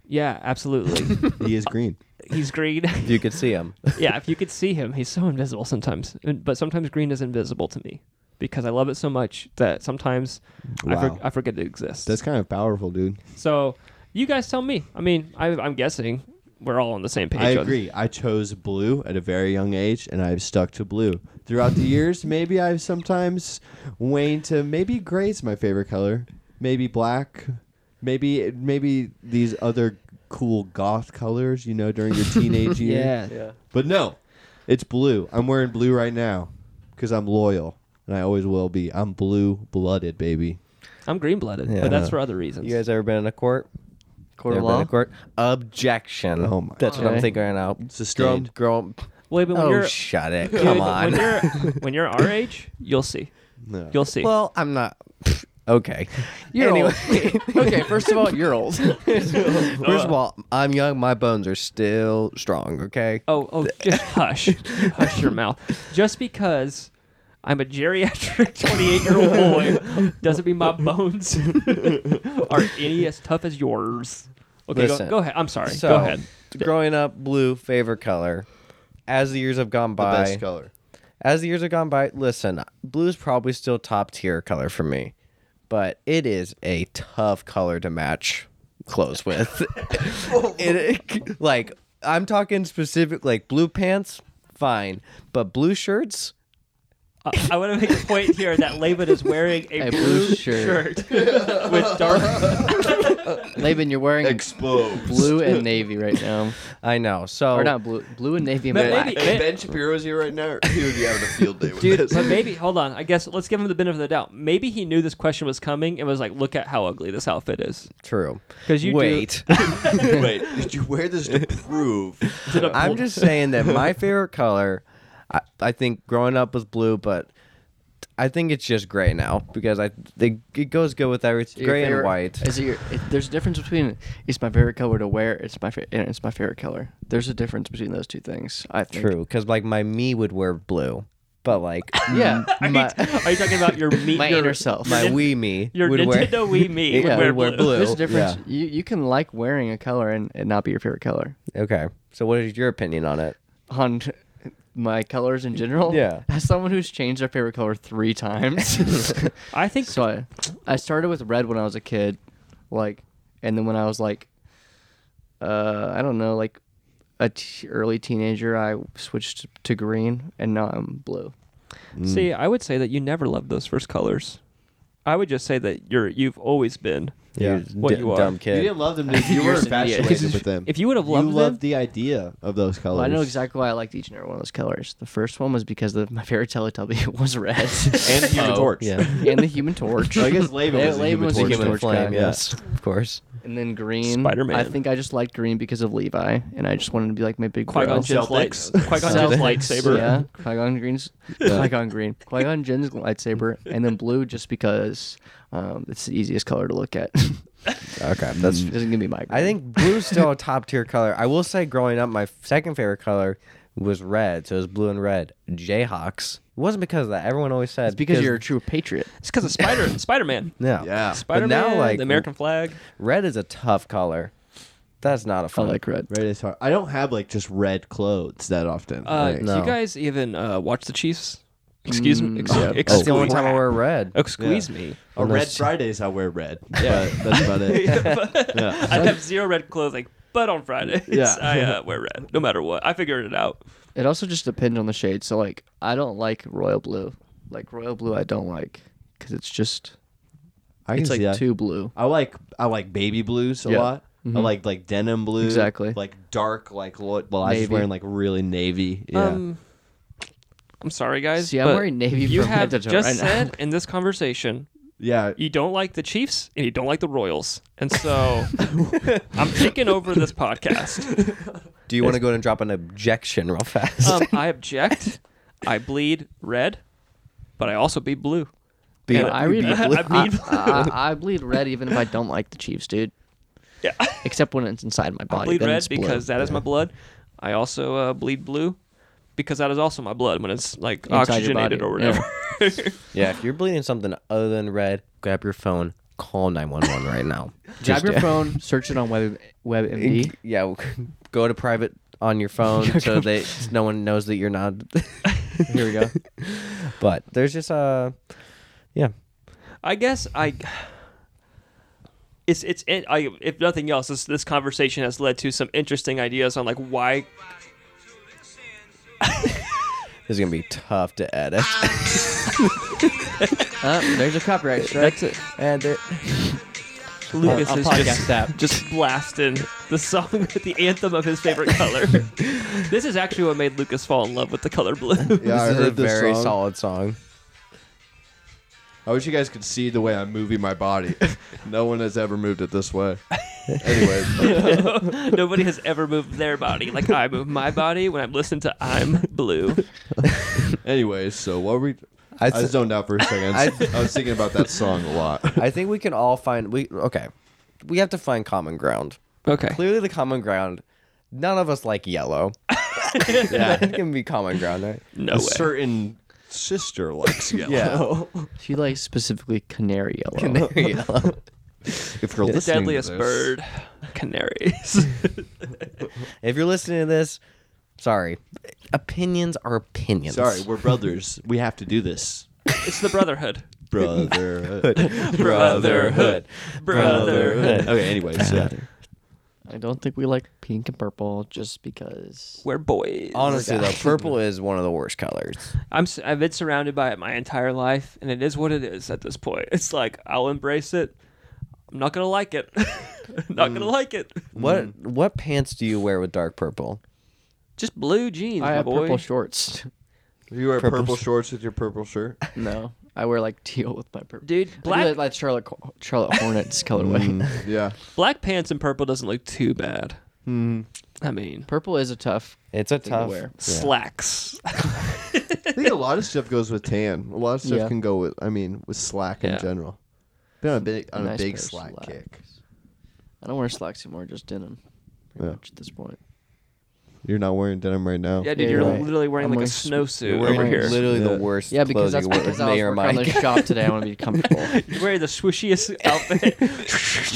[SPEAKER 1] Yeah,
[SPEAKER 4] <laughs>
[SPEAKER 1] absolutely.
[SPEAKER 2] He is green.
[SPEAKER 1] He's green. <laughs>
[SPEAKER 4] You could see
[SPEAKER 2] <laughs>
[SPEAKER 4] him.
[SPEAKER 1] yeah, if you could see him, he's so invisible sometimes. And- But sometimes green is invisible to me because I love it so much that sometimes I,
[SPEAKER 2] Wow.
[SPEAKER 1] for, I forget it exists.
[SPEAKER 2] That's kind of powerful,
[SPEAKER 1] <laughs>
[SPEAKER 2] dude.
[SPEAKER 1] so you guys tell me. I mean, I, I'm guessing we're all on the same page.
[SPEAKER 2] I
[SPEAKER 1] on-
[SPEAKER 2] agree. I chose blue at a very young age, and I've stuck to blue throughout the years. Maybe I've sometimes waned to maybe gray's my favorite color, maybe black, maybe maybe these other cool goth colors. You know, during your
[SPEAKER 1] <laughs>
[SPEAKER 2] teenage years.
[SPEAKER 4] Yeah.
[SPEAKER 2] But no, it's blue. I'm wearing blue right now because I'm loyal, and I always will be. I'm blue blooded, baby.
[SPEAKER 1] I'm green blooded,
[SPEAKER 4] Yeah.
[SPEAKER 1] but that's for other reasons.
[SPEAKER 4] You guys ever been in a court?
[SPEAKER 3] Court of
[SPEAKER 4] Ever been in
[SPEAKER 3] law?
[SPEAKER 4] a court? Objection.
[SPEAKER 2] Oh my
[SPEAKER 4] That's what I'm
[SPEAKER 3] Okay.
[SPEAKER 4] thinking right now.
[SPEAKER 2] Sustained.
[SPEAKER 4] Grown, grown,
[SPEAKER 1] Well, but when
[SPEAKER 4] oh,
[SPEAKER 1] you're,
[SPEAKER 4] shut it.
[SPEAKER 1] dude,
[SPEAKER 4] Come
[SPEAKER 1] <laughs>
[SPEAKER 4] on.
[SPEAKER 1] When you're,
[SPEAKER 4] <laughs>
[SPEAKER 1] when you're our age, you'll see.
[SPEAKER 2] No.
[SPEAKER 1] You'll see.
[SPEAKER 4] well, I'm not. <laughs> Okay.
[SPEAKER 3] You're
[SPEAKER 4] anyway, <laughs>
[SPEAKER 3] old. <laughs> okay, first of all, you're <laughs> old.
[SPEAKER 4] first of
[SPEAKER 2] Uh.
[SPEAKER 4] all, I'm young. My bones are still strong. Okay.
[SPEAKER 1] Oh, oh, just hush, hush your mouth. Just because I'm a geriatric <laughs> 28 year old boy doesn't mean my bones <laughs> are any as tough as yours. Okay, go,
[SPEAKER 4] Listen.
[SPEAKER 1] go ahead. I'm sorry. go
[SPEAKER 4] So,
[SPEAKER 1] ahead.
[SPEAKER 4] growing up, blue favorite color. As the years have gone
[SPEAKER 2] The
[SPEAKER 4] by,
[SPEAKER 2] best color.
[SPEAKER 4] as the years have gone by, listen, blue is probably still top tier color for me, but it is a tough color to match clothes
[SPEAKER 2] <laughs>
[SPEAKER 4] with. <laughs> it, like I'm talking specific, like blue pants, fine, but blue shirts.
[SPEAKER 1] I, I want to make a point here that Laban is wearing a,
[SPEAKER 3] <laughs> A
[SPEAKER 1] blue,
[SPEAKER 3] blue
[SPEAKER 1] shirt,
[SPEAKER 3] shirt.
[SPEAKER 1] with
[SPEAKER 3] <laughs>
[SPEAKER 1] dark.
[SPEAKER 3] Laban, you're wearing
[SPEAKER 4] <laughs>
[SPEAKER 2] Exposed.
[SPEAKER 3] blue and navy right now.
[SPEAKER 4] I know. So
[SPEAKER 3] Or not blue, blue and navy and
[SPEAKER 1] But
[SPEAKER 3] black.
[SPEAKER 1] maybe-
[SPEAKER 2] If Ben Shapiro's here right now, he would be having a field day with
[SPEAKER 1] Dude,
[SPEAKER 2] this.
[SPEAKER 1] but maybe hold on. I guess let's give him the benefit of the doubt. Maybe he knew this question was coming and was like, "Look at how ugly this outfit is."
[SPEAKER 4] true.
[SPEAKER 1] 'Cause you do-
[SPEAKER 4] wait.
[SPEAKER 2] <laughs> Wait, did you wear this to prove?
[SPEAKER 4] I'm just saying that my favorite color, I, I think growing up was blue, but I think it's just gray now because I think it goes good with everything.
[SPEAKER 3] Your
[SPEAKER 4] Gray and
[SPEAKER 3] favorite-
[SPEAKER 4] white.
[SPEAKER 3] Is it your, it, there's a difference between it's my favorite color to wear. It's my fa- and it's my favorite color. There's a difference between those two things. I think.
[SPEAKER 4] True, because like my me would wear blue, but like
[SPEAKER 3] Yeah.
[SPEAKER 1] <laughs> Are you, are you talking about your meat?
[SPEAKER 3] My
[SPEAKER 1] Mm. your,
[SPEAKER 3] inner self.
[SPEAKER 4] my
[SPEAKER 3] <laughs>
[SPEAKER 1] Nin-
[SPEAKER 4] we me
[SPEAKER 1] Your
[SPEAKER 4] would wear.
[SPEAKER 1] Nintendo Wii me
[SPEAKER 4] Yeah,
[SPEAKER 1] would
[SPEAKER 4] would
[SPEAKER 1] wear
[SPEAKER 4] wear
[SPEAKER 1] blue.
[SPEAKER 4] blue.
[SPEAKER 3] There's a difference.
[SPEAKER 4] yeah.
[SPEAKER 3] You you can like wearing a color and it not be your favorite color.
[SPEAKER 4] <laughs> Okay, so what is your opinion on it?
[SPEAKER 3] On <laughs> my colors in general.
[SPEAKER 4] Yeah.
[SPEAKER 3] As someone who's changed their favorite color three
[SPEAKER 4] <laughs>
[SPEAKER 3] times. <laughs>
[SPEAKER 1] I think
[SPEAKER 3] so I, I started with red when I was a kid, like, and then when I was like, uh, I don't know, like a t- early teenager, I switched to green, and now I'm blue.
[SPEAKER 1] See, I would say that you never loved those first colors. I would just say that you're you've always been
[SPEAKER 2] Yeah.
[SPEAKER 4] You
[SPEAKER 1] What
[SPEAKER 4] d-
[SPEAKER 1] you are.
[SPEAKER 4] dumb
[SPEAKER 2] You
[SPEAKER 4] kid.
[SPEAKER 2] didn't love
[SPEAKER 1] <laughs>
[SPEAKER 2] them. Dude. You
[SPEAKER 3] You're
[SPEAKER 2] were
[SPEAKER 3] an idiot.
[SPEAKER 2] infatuated with them.
[SPEAKER 1] If you would have
[SPEAKER 2] you
[SPEAKER 1] loved,
[SPEAKER 2] loved
[SPEAKER 1] them, Oh,
[SPEAKER 2] the idea of those colors.
[SPEAKER 3] Well, I know exactly why I liked each and every one of those colors. The first one was because the, my favorite Teletubby <laughs> was red,
[SPEAKER 2] And Human
[SPEAKER 3] <laughs>
[SPEAKER 4] Oh,
[SPEAKER 2] Torch.
[SPEAKER 4] Yeah.
[SPEAKER 3] and the Human Torch.
[SPEAKER 2] I guess Laban
[SPEAKER 3] Yeah,
[SPEAKER 2] was a
[SPEAKER 3] Laban
[SPEAKER 2] Human
[SPEAKER 3] was a
[SPEAKER 2] Torch.
[SPEAKER 3] Human
[SPEAKER 4] Human
[SPEAKER 3] Torch
[SPEAKER 4] flame.
[SPEAKER 3] guy,
[SPEAKER 4] Yes, of course.
[SPEAKER 3] and then green.
[SPEAKER 1] Spider-Man.
[SPEAKER 3] I think I just liked green because of Levi, and I just wanted to be like my big
[SPEAKER 1] Qui
[SPEAKER 3] bro.
[SPEAKER 1] Gon Jinn's light,
[SPEAKER 2] Celtics.
[SPEAKER 1] Qui
[SPEAKER 3] <laughs>
[SPEAKER 1] Gon Jinn's
[SPEAKER 3] Celtics,
[SPEAKER 1] lightsaber.
[SPEAKER 3] Yeah, <laughs> Qui Gon Green's Qui Gon Green, Qui Gon Jinn's lightsaber, and then blue just because um, it's the easiest color to look at. <laughs>
[SPEAKER 4] Okay, that's.
[SPEAKER 3] Isn't gonna be my. Green.
[SPEAKER 4] I think blue's still a top tier color. I will say, growing up, my second favorite color was red, so it was blue and red. Jayhawks. It wasn't because of that. Everyone always said
[SPEAKER 3] it's because you're a true patriot.
[SPEAKER 1] It's because of Spider Spider Man.
[SPEAKER 4] no.
[SPEAKER 2] Yeah.
[SPEAKER 1] Spider Man,
[SPEAKER 4] like,
[SPEAKER 1] the American flag.
[SPEAKER 4] Red is a tough color. That's not a
[SPEAKER 3] I
[SPEAKER 4] fun.
[SPEAKER 3] like red.
[SPEAKER 2] Red is hard. I don't have like just red clothes that often.
[SPEAKER 1] Uh,
[SPEAKER 2] Like,
[SPEAKER 1] Do
[SPEAKER 4] No.
[SPEAKER 1] you guys even uh, watch the Chiefs? Excuse me. Ex-
[SPEAKER 4] That's
[SPEAKER 1] Excuse
[SPEAKER 4] the only time I
[SPEAKER 1] me.
[SPEAKER 4] wear red.
[SPEAKER 1] Excuse me.
[SPEAKER 2] on Red Fridays I
[SPEAKER 1] <laughs>
[SPEAKER 2] wear red. Yeah, but that's about it. yeah.
[SPEAKER 1] I have zero red clothing, but on Fridays
[SPEAKER 2] Yeah.
[SPEAKER 1] I uh, wear red, no matter what. I figured it out.
[SPEAKER 3] It also just depends on the shade. So like, I don't like royal blue. Like royal blue, I don't like because it's just
[SPEAKER 2] I
[SPEAKER 3] it's like
[SPEAKER 2] that.
[SPEAKER 3] too blue.
[SPEAKER 2] I like I like baby blues a
[SPEAKER 3] Yeah.
[SPEAKER 2] lot. I like like denim blue.
[SPEAKER 3] Exactly.
[SPEAKER 2] Like dark, like lo- well, I was
[SPEAKER 3] Navy.
[SPEAKER 2] wearing like really navy. Yeah.
[SPEAKER 1] Um, I'm sorry, guys.
[SPEAKER 3] See, I'm
[SPEAKER 1] but
[SPEAKER 3] wearing navy
[SPEAKER 1] You
[SPEAKER 3] for
[SPEAKER 1] have
[SPEAKER 3] Mandatory
[SPEAKER 1] just
[SPEAKER 3] right now.
[SPEAKER 1] said in this conversation
[SPEAKER 2] yeah.
[SPEAKER 1] you don't like the Chiefs and you don't like the Royals, and so <laughs> I'm taking over this
[SPEAKER 3] <laughs>
[SPEAKER 1] podcast.
[SPEAKER 4] Do you want to go and drop an objection real fast?
[SPEAKER 1] Um, I object. I bleed red, but I also bleed blue.
[SPEAKER 4] Be-
[SPEAKER 1] And
[SPEAKER 3] I
[SPEAKER 1] <laughs>
[SPEAKER 3] read.
[SPEAKER 1] I
[SPEAKER 3] <laughs> I,
[SPEAKER 1] bleed
[SPEAKER 3] I, <laughs> I, bleed red even if I don't like the Chiefs, dude.
[SPEAKER 1] Yeah.
[SPEAKER 3] Except when it's inside my body.
[SPEAKER 1] I bleed
[SPEAKER 3] then
[SPEAKER 1] red
[SPEAKER 3] it's blue.
[SPEAKER 1] because that is my blood. I also uh, bleed blue because that is also my blood when it's like
[SPEAKER 3] Inside your
[SPEAKER 1] oxygenated
[SPEAKER 3] body,
[SPEAKER 1] or whatever.
[SPEAKER 4] <laughs> yeah, if you're bleeding something other than red, grab your phone, call 911 right now.
[SPEAKER 3] Grab
[SPEAKER 4] Just-
[SPEAKER 3] your
[SPEAKER 4] yeah.
[SPEAKER 3] phone, search it on Web WebMD.
[SPEAKER 4] Yeah, <laughs> go to private on your phone so that no one knows that you're not. <laughs>
[SPEAKER 3] Here we go.
[SPEAKER 4] but there's just uh, yeah.
[SPEAKER 1] <laughs> I guess I. It's it's it, I if nothing else, this this conversation has led to some interesting ideas on like why
[SPEAKER 4] This is gonna be tough to edit.
[SPEAKER 3] Uh, there's a copyright strike.
[SPEAKER 1] that's it.
[SPEAKER 4] and there,
[SPEAKER 1] Lucas
[SPEAKER 4] I'll
[SPEAKER 1] is
[SPEAKER 4] podcast
[SPEAKER 1] just,
[SPEAKER 2] <laughs>
[SPEAKER 4] that.
[SPEAKER 1] just blasting the song with the anthem of his favorite color. this is actually what made Lucas fall in love with the color blue. <laughs>
[SPEAKER 2] yeah,
[SPEAKER 4] this
[SPEAKER 2] I
[SPEAKER 4] is
[SPEAKER 2] heard
[SPEAKER 4] a
[SPEAKER 2] this
[SPEAKER 4] very
[SPEAKER 2] song.
[SPEAKER 4] solid song.
[SPEAKER 2] I wish you guys could see the way I'm moving my body. <laughs> no one has ever moved it this <laughs> way. Anyways,
[SPEAKER 1] Nobody has ever moved their body like I move my body when I'm listening to I'm Blue.
[SPEAKER 2] anyways, so what were we? I,
[SPEAKER 4] I
[SPEAKER 2] was zoned out for a second. I, was thinking about that song a lot.
[SPEAKER 4] I think we can all find we okay. We have to find common ground.
[SPEAKER 1] Okay.
[SPEAKER 4] Clearly, the common ground. None of us like
[SPEAKER 2] <laughs>
[SPEAKER 4] yellow. <laughs> yeah, it can be common ground, right?
[SPEAKER 1] No
[SPEAKER 2] a
[SPEAKER 1] way.
[SPEAKER 2] certain sister likes yellow.
[SPEAKER 4] <laughs>
[SPEAKER 3] She likes specifically canary yellow.
[SPEAKER 4] Canary yellow.
[SPEAKER 2] <laughs> If you're
[SPEAKER 1] the
[SPEAKER 2] listening to
[SPEAKER 1] deadliest
[SPEAKER 2] this-
[SPEAKER 1] bird, canaries.
[SPEAKER 4] If you're listening to this, sorry. Opinions are opinions.
[SPEAKER 2] Sorry, we're brothers. We have to do this.
[SPEAKER 1] it's the brotherhood. <laughs>
[SPEAKER 2] Brotherhood.
[SPEAKER 1] Brotherhood. Brotherhood.
[SPEAKER 2] Okay, anyways. Yeah.
[SPEAKER 3] <laughs> I don't think we like pink and purple just because.
[SPEAKER 1] We're boys.
[SPEAKER 4] Honestly, though, purple is one of the worst colors.
[SPEAKER 2] Mm-hmm.
[SPEAKER 1] I'm s- I've been surrounded by it my entire life, and it is what it is at this point. It's like I'll embrace it. I'm not gonna like it. <laughs> not
[SPEAKER 2] Mm.
[SPEAKER 1] gonna like it.
[SPEAKER 4] What what pants do you wear with dark purple?
[SPEAKER 1] Just blue jeans,
[SPEAKER 3] I
[SPEAKER 1] my
[SPEAKER 3] have
[SPEAKER 1] boy.
[SPEAKER 3] purple shorts.
[SPEAKER 2] You wear purple,
[SPEAKER 4] Purple
[SPEAKER 2] shorts with your purple <laughs> shirt.
[SPEAKER 3] No, I wear like teal with my purple.
[SPEAKER 1] Dude,
[SPEAKER 3] I do
[SPEAKER 1] black-
[SPEAKER 3] like, like Charlotte Co- Charlotte Hornets colorway.
[SPEAKER 2] yeah.
[SPEAKER 1] Black pants and purple doesn't look too bad. I mean,
[SPEAKER 3] <laughs> purple is a tough.
[SPEAKER 4] It's a tough.
[SPEAKER 3] wear.
[SPEAKER 1] slacks.
[SPEAKER 2] I think a lot of stuff goes with tan. A lot of stuff
[SPEAKER 3] Yeah.
[SPEAKER 2] can go with I mean, with slack
[SPEAKER 1] Yeah.
[SPEAKER 2] in general. Been on a big on
[SPEAKER 3] Nice
[SPEAKER 2] a big
[SPEAKER 3] pair of
[SPEAKER 2] slack
[SPEAKER 3] slacks.
[SPEAKER 2] kick.
[SPEAKER 3] I don't wear slacks anymore, just denim. Pretty
[SPEAKER 2] Yeah.
[SPEAKER 3] much at this point.
[SPEAKER 2] You're not wearing denim right now.
[SPEAKER 1] Yeah, dude,
[SPEAKER 3] Yeah,
[SPEAKER 1] you're
[SPEAKER 3] you're right.
[SPEAKER 1] literally wearing
[SPEAKER 3] I'm
[SPEAKER 1] like a
[SPEAKER 3] wearing s-
[SPEAKER 1] snowsuit
[SPEAKER 4] You're
[SPEAKER 1] over
[SPEAKER 4] wearing
[SPEAKER 1] here.
[SPEAKER 4] literally
[SPEAKER 2] Yeah.
[SPEAKER 4] the worst.
[SPEAKER 3] Yeah, because that's
[SPEAKER 4] clothing you wear
[SPEAKER 3] because
[SPEAKER 4] with
[SPEAKER 3] I was
[SPEAKER 4] Mayor
[SPEAKER 3] working on the
[SPEAKER 4] Mike.
[SPEAKER 3] shop today. I want to be comfortable.
[SPEAKER 1] <laughs> You're wearing the
[SPEAKER 3] <laughs>
[SPEAKER 1] swishiest outfit. <laughs>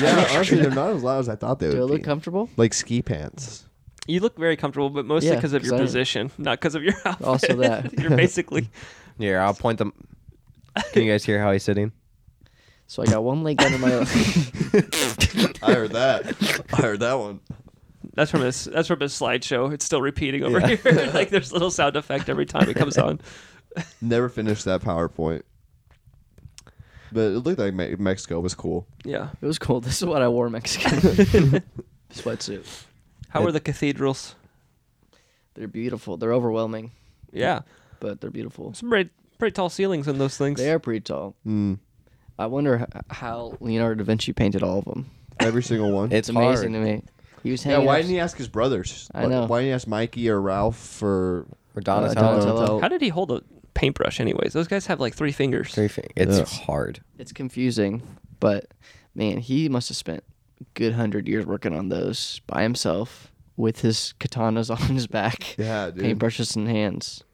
[SPEAKER 2] Yeah, honestly, they're not as loud as I thought they
[SPEAKER 3] Do I
[SPEAKER 2] would
[SPEAKER 3] look
[SPEAKER 2] be.
[SPEAKER 3] comfortable?
[SPEAKER 2] like ski pants.
[SPEAKER 1] You look very comfortable, but mostly
[SPEAKER 3] Yeah,
[SPEAKER 1] because of
[SPEAKER 3] 'cause
[SPEAKER 1] your
[SPEAKER 3] I-
[SPEAKER 1] position, not because of your <laughs> outfit.
[SPEAKER 3] Also that.
[SPEAKER 1] you're
[SPEAKER 3] <laughs>
[SPEAKER 1] basically
[SPEAKER 4] <laughs> Here, I'll point them. Can you guys hear how he's sitting?
[SPEAKER 3] So I got one leg under my. <laughs>
[SPEAKER 2] I heard that. I heard that one.
[SPEAKER 1] that's from his that's from his slideshow. It's still repeating over here. <laughs> like
[SPEAKER 3] <laughs>
[SPEAKER 1] there's a little sound effect every time it comes on.
[SPEAKER 2] Never finished that PowerPoint. but it looked like Me- Mexico was cool.
[SPEAKER 1] Yeah.
[SPEAKER 3] It was cold. This is what I wore Mexican sweatsuit.
[SPEAKER 1] How are the cathedrals?
[SPEAKER 3] They're beautiful. They're overwhelming,
[SPEAKER 1] Yeah.
[SPEAKER 3] but they're beautiful.
[SPEAKER 1] Some pretty, pretty tall ceilings in those things.
[SPEAKER 3] They are pretty tall.
[SPEAKER 2] Mm.
[SPEAKER 3] I wonder h- how Leonardo da Vinci painted all of them.
[SPEAKER 2] Every single one.
[SPEAKER 4] It's
[SPEAKER 3] It's, amazing
[SPEAKER 4] hard.
[SPEAKER 3] to me. He was
[SPEAKER 2] yeah,
[SPEAKER 3] hanging.
[SPEAKER 2] why
[SPEAKER 3] up-
[SPEAKER 2] didn't he ask his brothers?
[SPEAKER 3] I
[SPEAKER 2] Why-
[SPEAKER 3] know.
[SPEAKER 2] Why didn't he ask Mikey or Ralph or
[SPEAKER 4] Or
[SPEAKER 3] Uh,
[SPEAKER 4] Donatello.
[SPEAKER 3] Donatello.
[SPEAKER 1] How did he hold a paintbrush, anyways? Those guys have like three fingers.
[SPEAKER 4] Three fi- It's
[SPEAKER 2] Yeah.
[SPEAKER 4] hard.
[SPEAKER 3] It's confusing, but man, he must have spent a good hundred years working on those by himself with his katanas <laughs> on his back,
[SPEAKER 2] Yeah, dude.
[SPEAKER 3] paintbrushes in hands.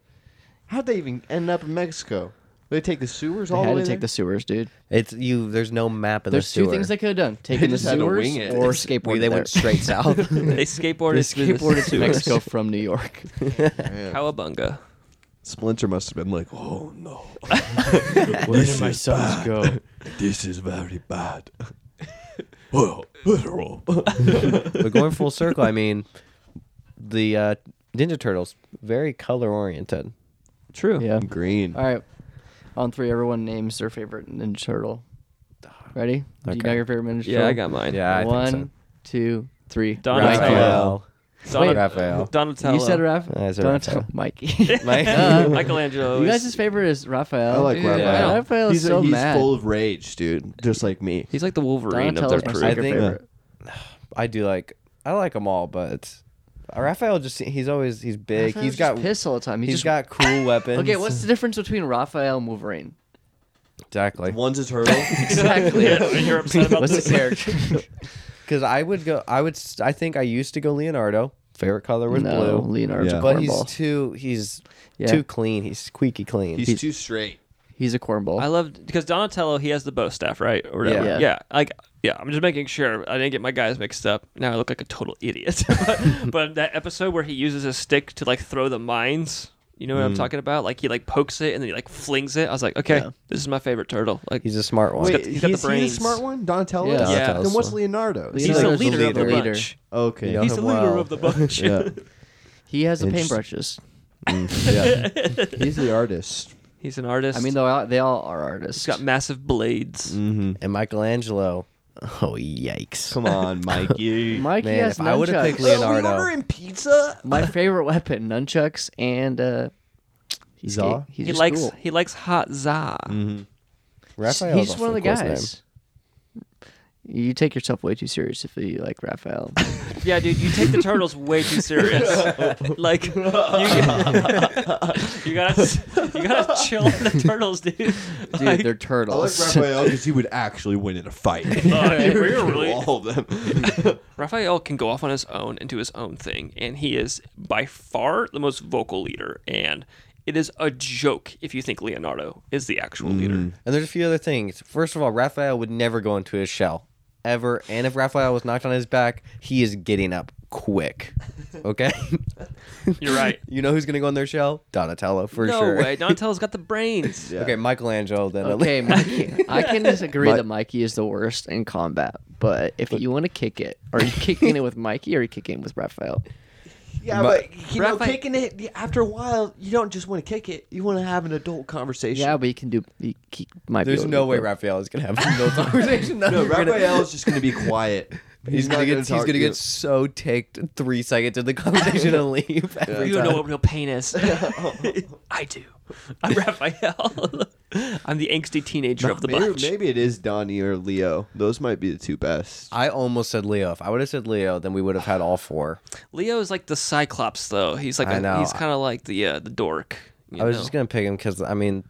[SPEAKER 2] How'd they even end up in Mexico? They take the sewers
[SPEAKER 3] They
[SPEAKER 2] all the
[SPEAKER 3] had
[SPEAKER 2] way
[SPEAKER 3] to take
[SPEAKER 2] there?
[SPEAKER 3] the sewers, dude.
[SPEAKER 4] It's you. There's no map in
[SPEAKER 3] There's
[SPEAKER 4] the sewer.
[SPEAKER 3] two things they could have done: taken the
[SPEAKER 2] just had to
[SPEAKER 3] sewers
[SPEAKER 2] wing it.
[SPEAKER 3] or
[SPEAKER 2] It's-
[SPEAKER 3] skateboarded.
[SPEAKER 4] We- they went
[SPEAKER 2] <laughs>
[SPEAKER 4] straight south.
[SPEAKER 3] <laughs>
[SPEAKER 1] they skateboarded.
[SPEAKER 3] They
[SPEAKER 1] through the
[SPEAKER 3] skateboarded
[SPEAKER 1] <laughs>
[SPEAKER 3] to
[SPEAKER 1] sewers.
[SPEAKER 3] Mexico from New York. <laughs>
[SPEAKER 2] Man.
[SPEAKER 1] Cowabunga.
[SPEAKER 2] Splinter must have been like, oh
[SPEAKER 3] <laughs>
[SPEAKER 2] no,
[SPEAKER 3] Where did my sons go?
[SPEAKER 2] this is very bad. Well, literal.
[SPEAKER 1] <laughs>
[SPEAKER 4] but going full circle, I mean, the uh, Ninja Turtles very color oriented.
[SPEAKER 1] True.
[SPEAKER 3] Yeah.
[SPEAKER 2] Green.
[SPEAKER 3] All right. On three, everyone names their favorite Ninja Turtle. Ready? Do you
[SPEAKER 4] Okay.
[SPEAKER 3] got your favorite Ninja Turtle?
[SPEAKER 1] Yeah, I got mine.
[SPEAKER 4] Yeah, I
[SPEAKER 3] One,
[SPEAKER 4] think
[SPEAKER 3] two, three.
[SPEAKER 1] Don- Donatello.
[SPEAKER 4] Raphael.
[SPEAKER 1] Donat-
[SPEAKER 4] Raphael.
[SPEAKER 1] Donatello.
[SPEAKER 3] You said
[SPEAKER 1] <laughs>
[SPEAKER 3] Raph.
[SPEAKER 4] I said
[SPEAKER 3] Donatello.
[SPEAKER 4] Raphael.
[SPEAKER 3] Mikey. <laughs>
[SPEAKER 4] Mike.
[SPEAKER 1] Michelangelo.
[SPEAKER 3] you
[SPEAKER 1] is-
[SPEAKER 3] guys' favorite is Raphael.
[SPEAKER 2] I like
[SPEAKER 3] Dude,
[SPEAKER 2] Raphael.
[SPEAKER 3] Raphael is
[SPEAKER 2] he's a-
[SPEAKER 3] so
[SPEAKER 2] he's
[SPEAKER 3] mad.
[SPEAKER 2] full of rage, dude. Just like me.
[SPEAKER 1] He's like the Wolverine of
[SPEAKER 3] Donatello's
[SPEAKER 1] their
[SPEAKER 3] my
[SPEAKER 1] crew.
[SPEAKER 4] I
[SPEAKER 3] second
[SPEAKER 4] think
[SPEAKER 3] favorite.
[SPEAKER 4] <sighs> I do like. I like them all, but uh, Raphael just—he's always he's big.
[SPEAKER 3] Raphael's
[SPEAKER 4] he's
[SPEAKER 3] just
[SPEAKER 4] got
[SPEAKER 3] pissed all the time. He
[SPEAKER 4] he's
[SPEAKER 3] just
[SPEAKER 4] got cool weapons.
[SPEAKER 3] <laughs> Okay, what's the difference between Raphael and Wolverine?
[SPEAKER 4] exactly?
[SPEAKER 2] One's a <laughs> turtle.
[SPEAKER 1] <laughs>
[SPEAKER 3] Exactly.
[SPEAKER 1] You're
[SPEAKER 3] <laughs>
[SPEAKER 1] upset about
[SPEAKER 3] What's the
[SPEAKER 1] this?
[SPEAKER 3] character?
[SPEAKER 4] Because I would go. I would. s- I think I used to go Leonardo. Favorite color was
[SPEAKER 3] no,
[SPEAKER 4] blue.
[SPEAKER 3] Leonardo's
[SPEAKER 2] Yeah.
[SPEAKER 3] a
[SPEAKER 4] But he's
[SPEAKER 3] cornball.
[SPEAKER 4] too. He's
[SPEAKER 3] Yeah.
[SPEAKER 4] too clean. He's squeaky clean.
[SPEAKER 2] he's too straight.
[SPEAKER 3] He's a cornball.
[SPEAKER 1] I loved because Donatello he has the bow staff right or whatever.
[SPEAKER 3] Yeah.
[SPEAKER 1] Yeah. like yeah. I'm just making sure I didn't get my guys mixed up. Now I look like a total idiot. <laughs> but, but that episode where he uses his stick to like throw the mines, you know what I'm talking about? Like he like pokes it and then he like flings it. I was like, okay,
[SPEAKER 3] Yeah.
[SPEAKER 1] this is my favorite turtle. Like
[SPEAKER 4] he's a smart one.
[SPEAKER 1] got- he's got the
[SPEAKER 2] is he
[SPEAKER 1] brains.
[SPEAKER 2] smart one? Donatello?
[SPEAKER 3] Yeah.
[SPEAKER 1] Yeah.
[SPEAKER 2] Then what's Leonardo?
[SPEAKER 3] He's
[SPEAKER 1] he's
[SPEAKER 3] like
[SPEAKER 1] the
[SPEAKER 3] the
[SPEAKER 1] leader of the
[SPEAKER 4] leader.
[SPEAKER 1] bunch.
[SPEAKER 2] Okay.
[SPEAKER 4] Yeah.
[SPEAKER 1] He's the leader
[SPEAKER 4] Well.
[SPEAKER 1] of <laughs> the bunch.
[SPEAKER 2] Yeah.
[SPEAKER 3] he has the
[SPEAKER 2] Interesting.
[SPEAKER 3] paintbrushes.
[SPEAKER 2] Mm, <laughs> yeah. he's the artist.
[SPEAKER 1] He's an artist.
[SPEAKER 3] I mean, they all, they all are
[SPEAKER 1] he's
[SPEAKER 3] artists.
[SPEAKER 1] got massive blades.
[SPEAKER 4] and Michelangelo. Oh yikes!
[SPEAKER 2] Come on,
[SPEAKER 3] <laughs>
[SPEAKER 2] Mikey.
[SPEAKER 3] Mikey
[SPEAKER 4] Man,
[SPEAKER 3] has
[SPEAKER 4] if I would've
[SPEAKER 3] nunchucks.
[SPEAKER 4] picked Leonardo-
[SPEAKER 2] Are we ordering pizza?
[SPEAKER 3] My favorite weapon, nunchucks and uh he's
[SPEAKER 2] Za?
[SPEAKER 3] gay. He's
[SPEAKER 1] He
[SPEAKER 3] just
[SPEAKER 1] likes
[SPEAKER 3] cool.
[SPEAKER 1] he likes hot za.
[SPEAKER 4] Raphael's
[SPEAKER 3] he's just one of
[SPEAKER 4] also
[SPEAKER 3] the
[SPEAKER 4] a cool name.
[SPEAKER 3] guys. You take yourself way too serious if you like
[SPEAKER 4] <laughs>
[SPEAKER 3] Raphael.
[SPEAKER 1] Yeah, dude, you
[SPEAKER 2] <laughs>
[SPEAKER 1] take the turtles way too serious. like you, you gotta you gotta chill on the turtles, dude.
[SPEAKER 3] Dude,
[SPEAKER 1] Like,
[SPEAKER 3] they're
[SPEAKER 2] I like
[SPEAKER 1] <laughs>
[SPEAKER 3] turtles.
[SPEAKER 2] Raphael because he would actually win in
[SPEAKER 4] <laughs>
[SPEAKER 2] a fight. <laughs>
[SPEAKER 1] uh, we were really-
[SPEAKER 2] All of them.
[SPEAKER 1] Raphael can go off on his own and do his own thing, and he is by far the most vocal leader. And it is a joke if you think Leonardo is the actual leader.
[SPEAKER 2] Mm.
[SPEAKER 4] And there's a few other things. First of all, Raphael would never go into his shell ever. And if Raphael was knocked on his back, he is getting up quick.
[SPEAKER 2] <laughs>
[SPEAKER 4] Okay, <laughs>
[SPEAKER 1] You're right.
[SPEAKER 4] you know who's gonna go in their shell? Donatello for
[SPEAKER 1] no
[SPEAKER 4] sure.
[SPEAKER 1] way, Donatello's got the brains.
[SPEAKER 4] <laughs>
[SPEAKER 2] Yeah.
[SPEAKER 4] Okay, Michelangelo then. at
[SPEAKER 3] okay,
[SPEAKER 4] least.
[SPEAKER 3] Mikey.
[SPEAKER 4] <laughs>
[SPEAKER 3] I can disagree
[SPEAKER 4] Mi-
[SPEAKER 3] that Mikey is the worst in combat, but if you want to kick it, are you kicking it with Mikey or are you kicking it
[SPEAKER 4] <laughs>
[SPEAKER 3] with Raphael?
[SPEAKER 2] <laughs> Yeah,
[SPEAKER 4] But-
[SPEAKER 2] but, you know,
[SPEAKER 1] Raphael-
[SPEAKER 2] kicking it after a while, you don't just want to kick it. You want to have an adult conversation.
[SPEAKER 3] Yeah, but you can do. He, he might be
[SPEAKER 4] There's
[SPEAKER 3] able to
[SPEAKER 4] no
[SPEAKER 3] do
[SPEAKER 4] way
[SPEAKER 3] both.
[SPEAKER 4] Raphael is gonna
[SPEAKER 1] <laughs>
[SPEAKER 4] have no conversation. <laughs>
[SPEAKER 2] No,
[SPEAKER 4] You're gonna-
[SPEAKER 2] Raphael's just <laughs> going to be quiet.
[SPEAKER 4] He's gonna
[SPEAKER 2] not
[SPEAKER 4] get. He's
[SPEAKER 2] talk
[SPEAKER 4] gonna
[SPEAKER 2] to
[SPEAKER 4] get so ticked. Three
[SPEAKER 1] <laughs>
[SPEAKER 4] seconds of the conversation and leave. Every
[SPEAKER 1] You don't
[SPEAKER 4] time.
[SPEAKER 1] know what real pain
[SPEAKER 2] <laughs>
[SPEAKER 1] is. <laughs> I do. I'm Raphael. <laughs> I'm the angsty teenager of the
[SPEAKER 2] you. Maybe,
[SPEAKER 1] bunch.
[SPEAKER 2] maybe it is Donnie or Leo. Those might be the two best.
[SPEAKER 4] I almost said Leo. If I would have said Leo, then we would have had all four.
[SPEAKER 1] Leo is like the Cyclops, though. He's like
[SPEAKER 4] I
[SPEAKER 1] a-
[SPEAKER 4] know.
[SPEAKER 1] he's kind of like the uh, the dork. you
[SPEAKER 4] I was
[SPEAKER 1] know?
[SPEAKER 4] just gonna pick him because I mean,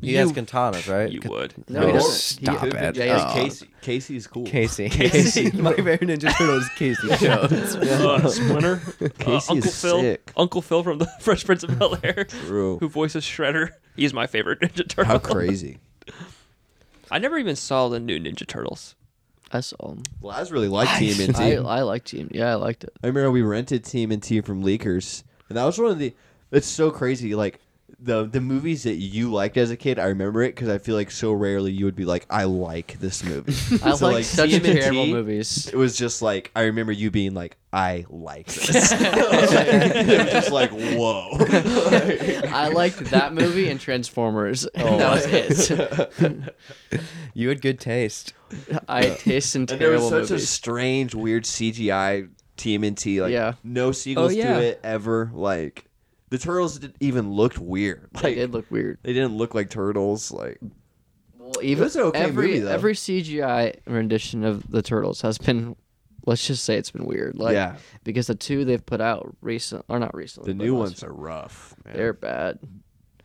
[SPEAKER 4] he has
[SPEAKER 1] You-
[SPEAKER 4] katanas, right?
[SPEAKER 1] You would.
[SPEAKER 3] No, he
[SPEAKER 4] No,
[SPEAKER 3] doesn't. He-
[SPEAKER 4] Oh,
[SPEAKER 3] uh,
[SPEAKER 4] stop it.
[SPEAKER 3] Yeah, he
[SPEAKER 2] Yes,
[SPEAKER 3] has
[SPEAKER 4] Oh.
[SPEAKER 2] Casey. Casey's cool.
[SPEAKER 3] <laughs>
[SPEAKER 4] Casey. <laughs> My favorite Ninja Turtle is Casey Jones.
[SPEAKER 1] Uh, Splinter, Uh,
[SPEAKER 2] Casey
[SPEAKER 1] Uncle
[SPEAKER 2] is
[SPEAKER 1] Phil,
[SPEAKER 2] sick.
[SPEAKER 1] Uncle Phil from the <laughs> Fresh Prince of Bel Air,
[SPEAKER 2] True.
[SPEAKER 1] who voices Shredder. <laughs> He's my favorite Ninja Turtle.
[SPEAKER 2] How crazy.
[SPEAKER 1] <laughs> I never even saw the new Ninja Turtles.
[SPEAKER 3] I saw
[SPEAKER 4] <laughs>
[SPEAKER 3] him.
[SPEAKER 2] Laz really liked TMNT.
[SPEAKER 3] I, I liked him. Yeah, I liked it.
[SPEAKER 2] I remember we rented Team and T from Leakers, and that was one of the. It's so crazy. Like the the movies that you liked as a kid, I remember it because I feel like so rarely you would be like, I like this movie.
[SPEAKER 3] <laughs> I
[SPEAKER 2] So,
[SPEAKER 3] like, such
[SPEAKER 2] TMNT,
[SPEAKER 3] terrible movies.
[SPEAKER 2] It was just like I remember you being like, I like
[SPEAKER 3] <laughs>
[SPEAKER 2] this. <laughs> it was just like, whoa.
[SPEAKER 3] I liked that movie and Transformers. <laughs>
[SPEAKER 4] Oh,
[SPEAKER 3] that was
[SPEAKER 4] <laughs>
[SPEAKER 3] it.
[SPEAKER 4] You had good taste.
[SPEAKER 3] I taste in
[SPEAKER 2] and there was
[SPEAKER 3] terrible
[SPEAKER 2] such a
[SPEAKER 3] movies.
[SPEAKER 2] strange, weird CGI TMNT. Like,
[SPEAKER 3] Yeah.
[SPEAKER 2] no sequels
[SPEAKER 3] Oh, yeah.
[SPEAKER 2] to it ever. Like, the turtles didn't even looked weird. Like,
[SPEAKER 3] It did look weird.
[SPEAKER 2] they didn't look like turtles. Like,
[SPEAKER 3] Well, even
[SPEAKER 2] was an okay
[SPEAKER 3] every
[SPEAKER 2] movie, though.
[SPEAKER 3] every CGI rendition of the Turtles has been, let's just say it's been weird. Like,
[SPEAKER 2] Yeah.
[SPEAKER 3] Because the two they've put out recent or not recently,
[SPEAKER 2] the
[SPEAKER 3] but
[SPEAKER 2] new
[SPEAKER 3] last-
[SPEAKER 2] ones are rough. Man.
[SPEAKER 3] they're bad.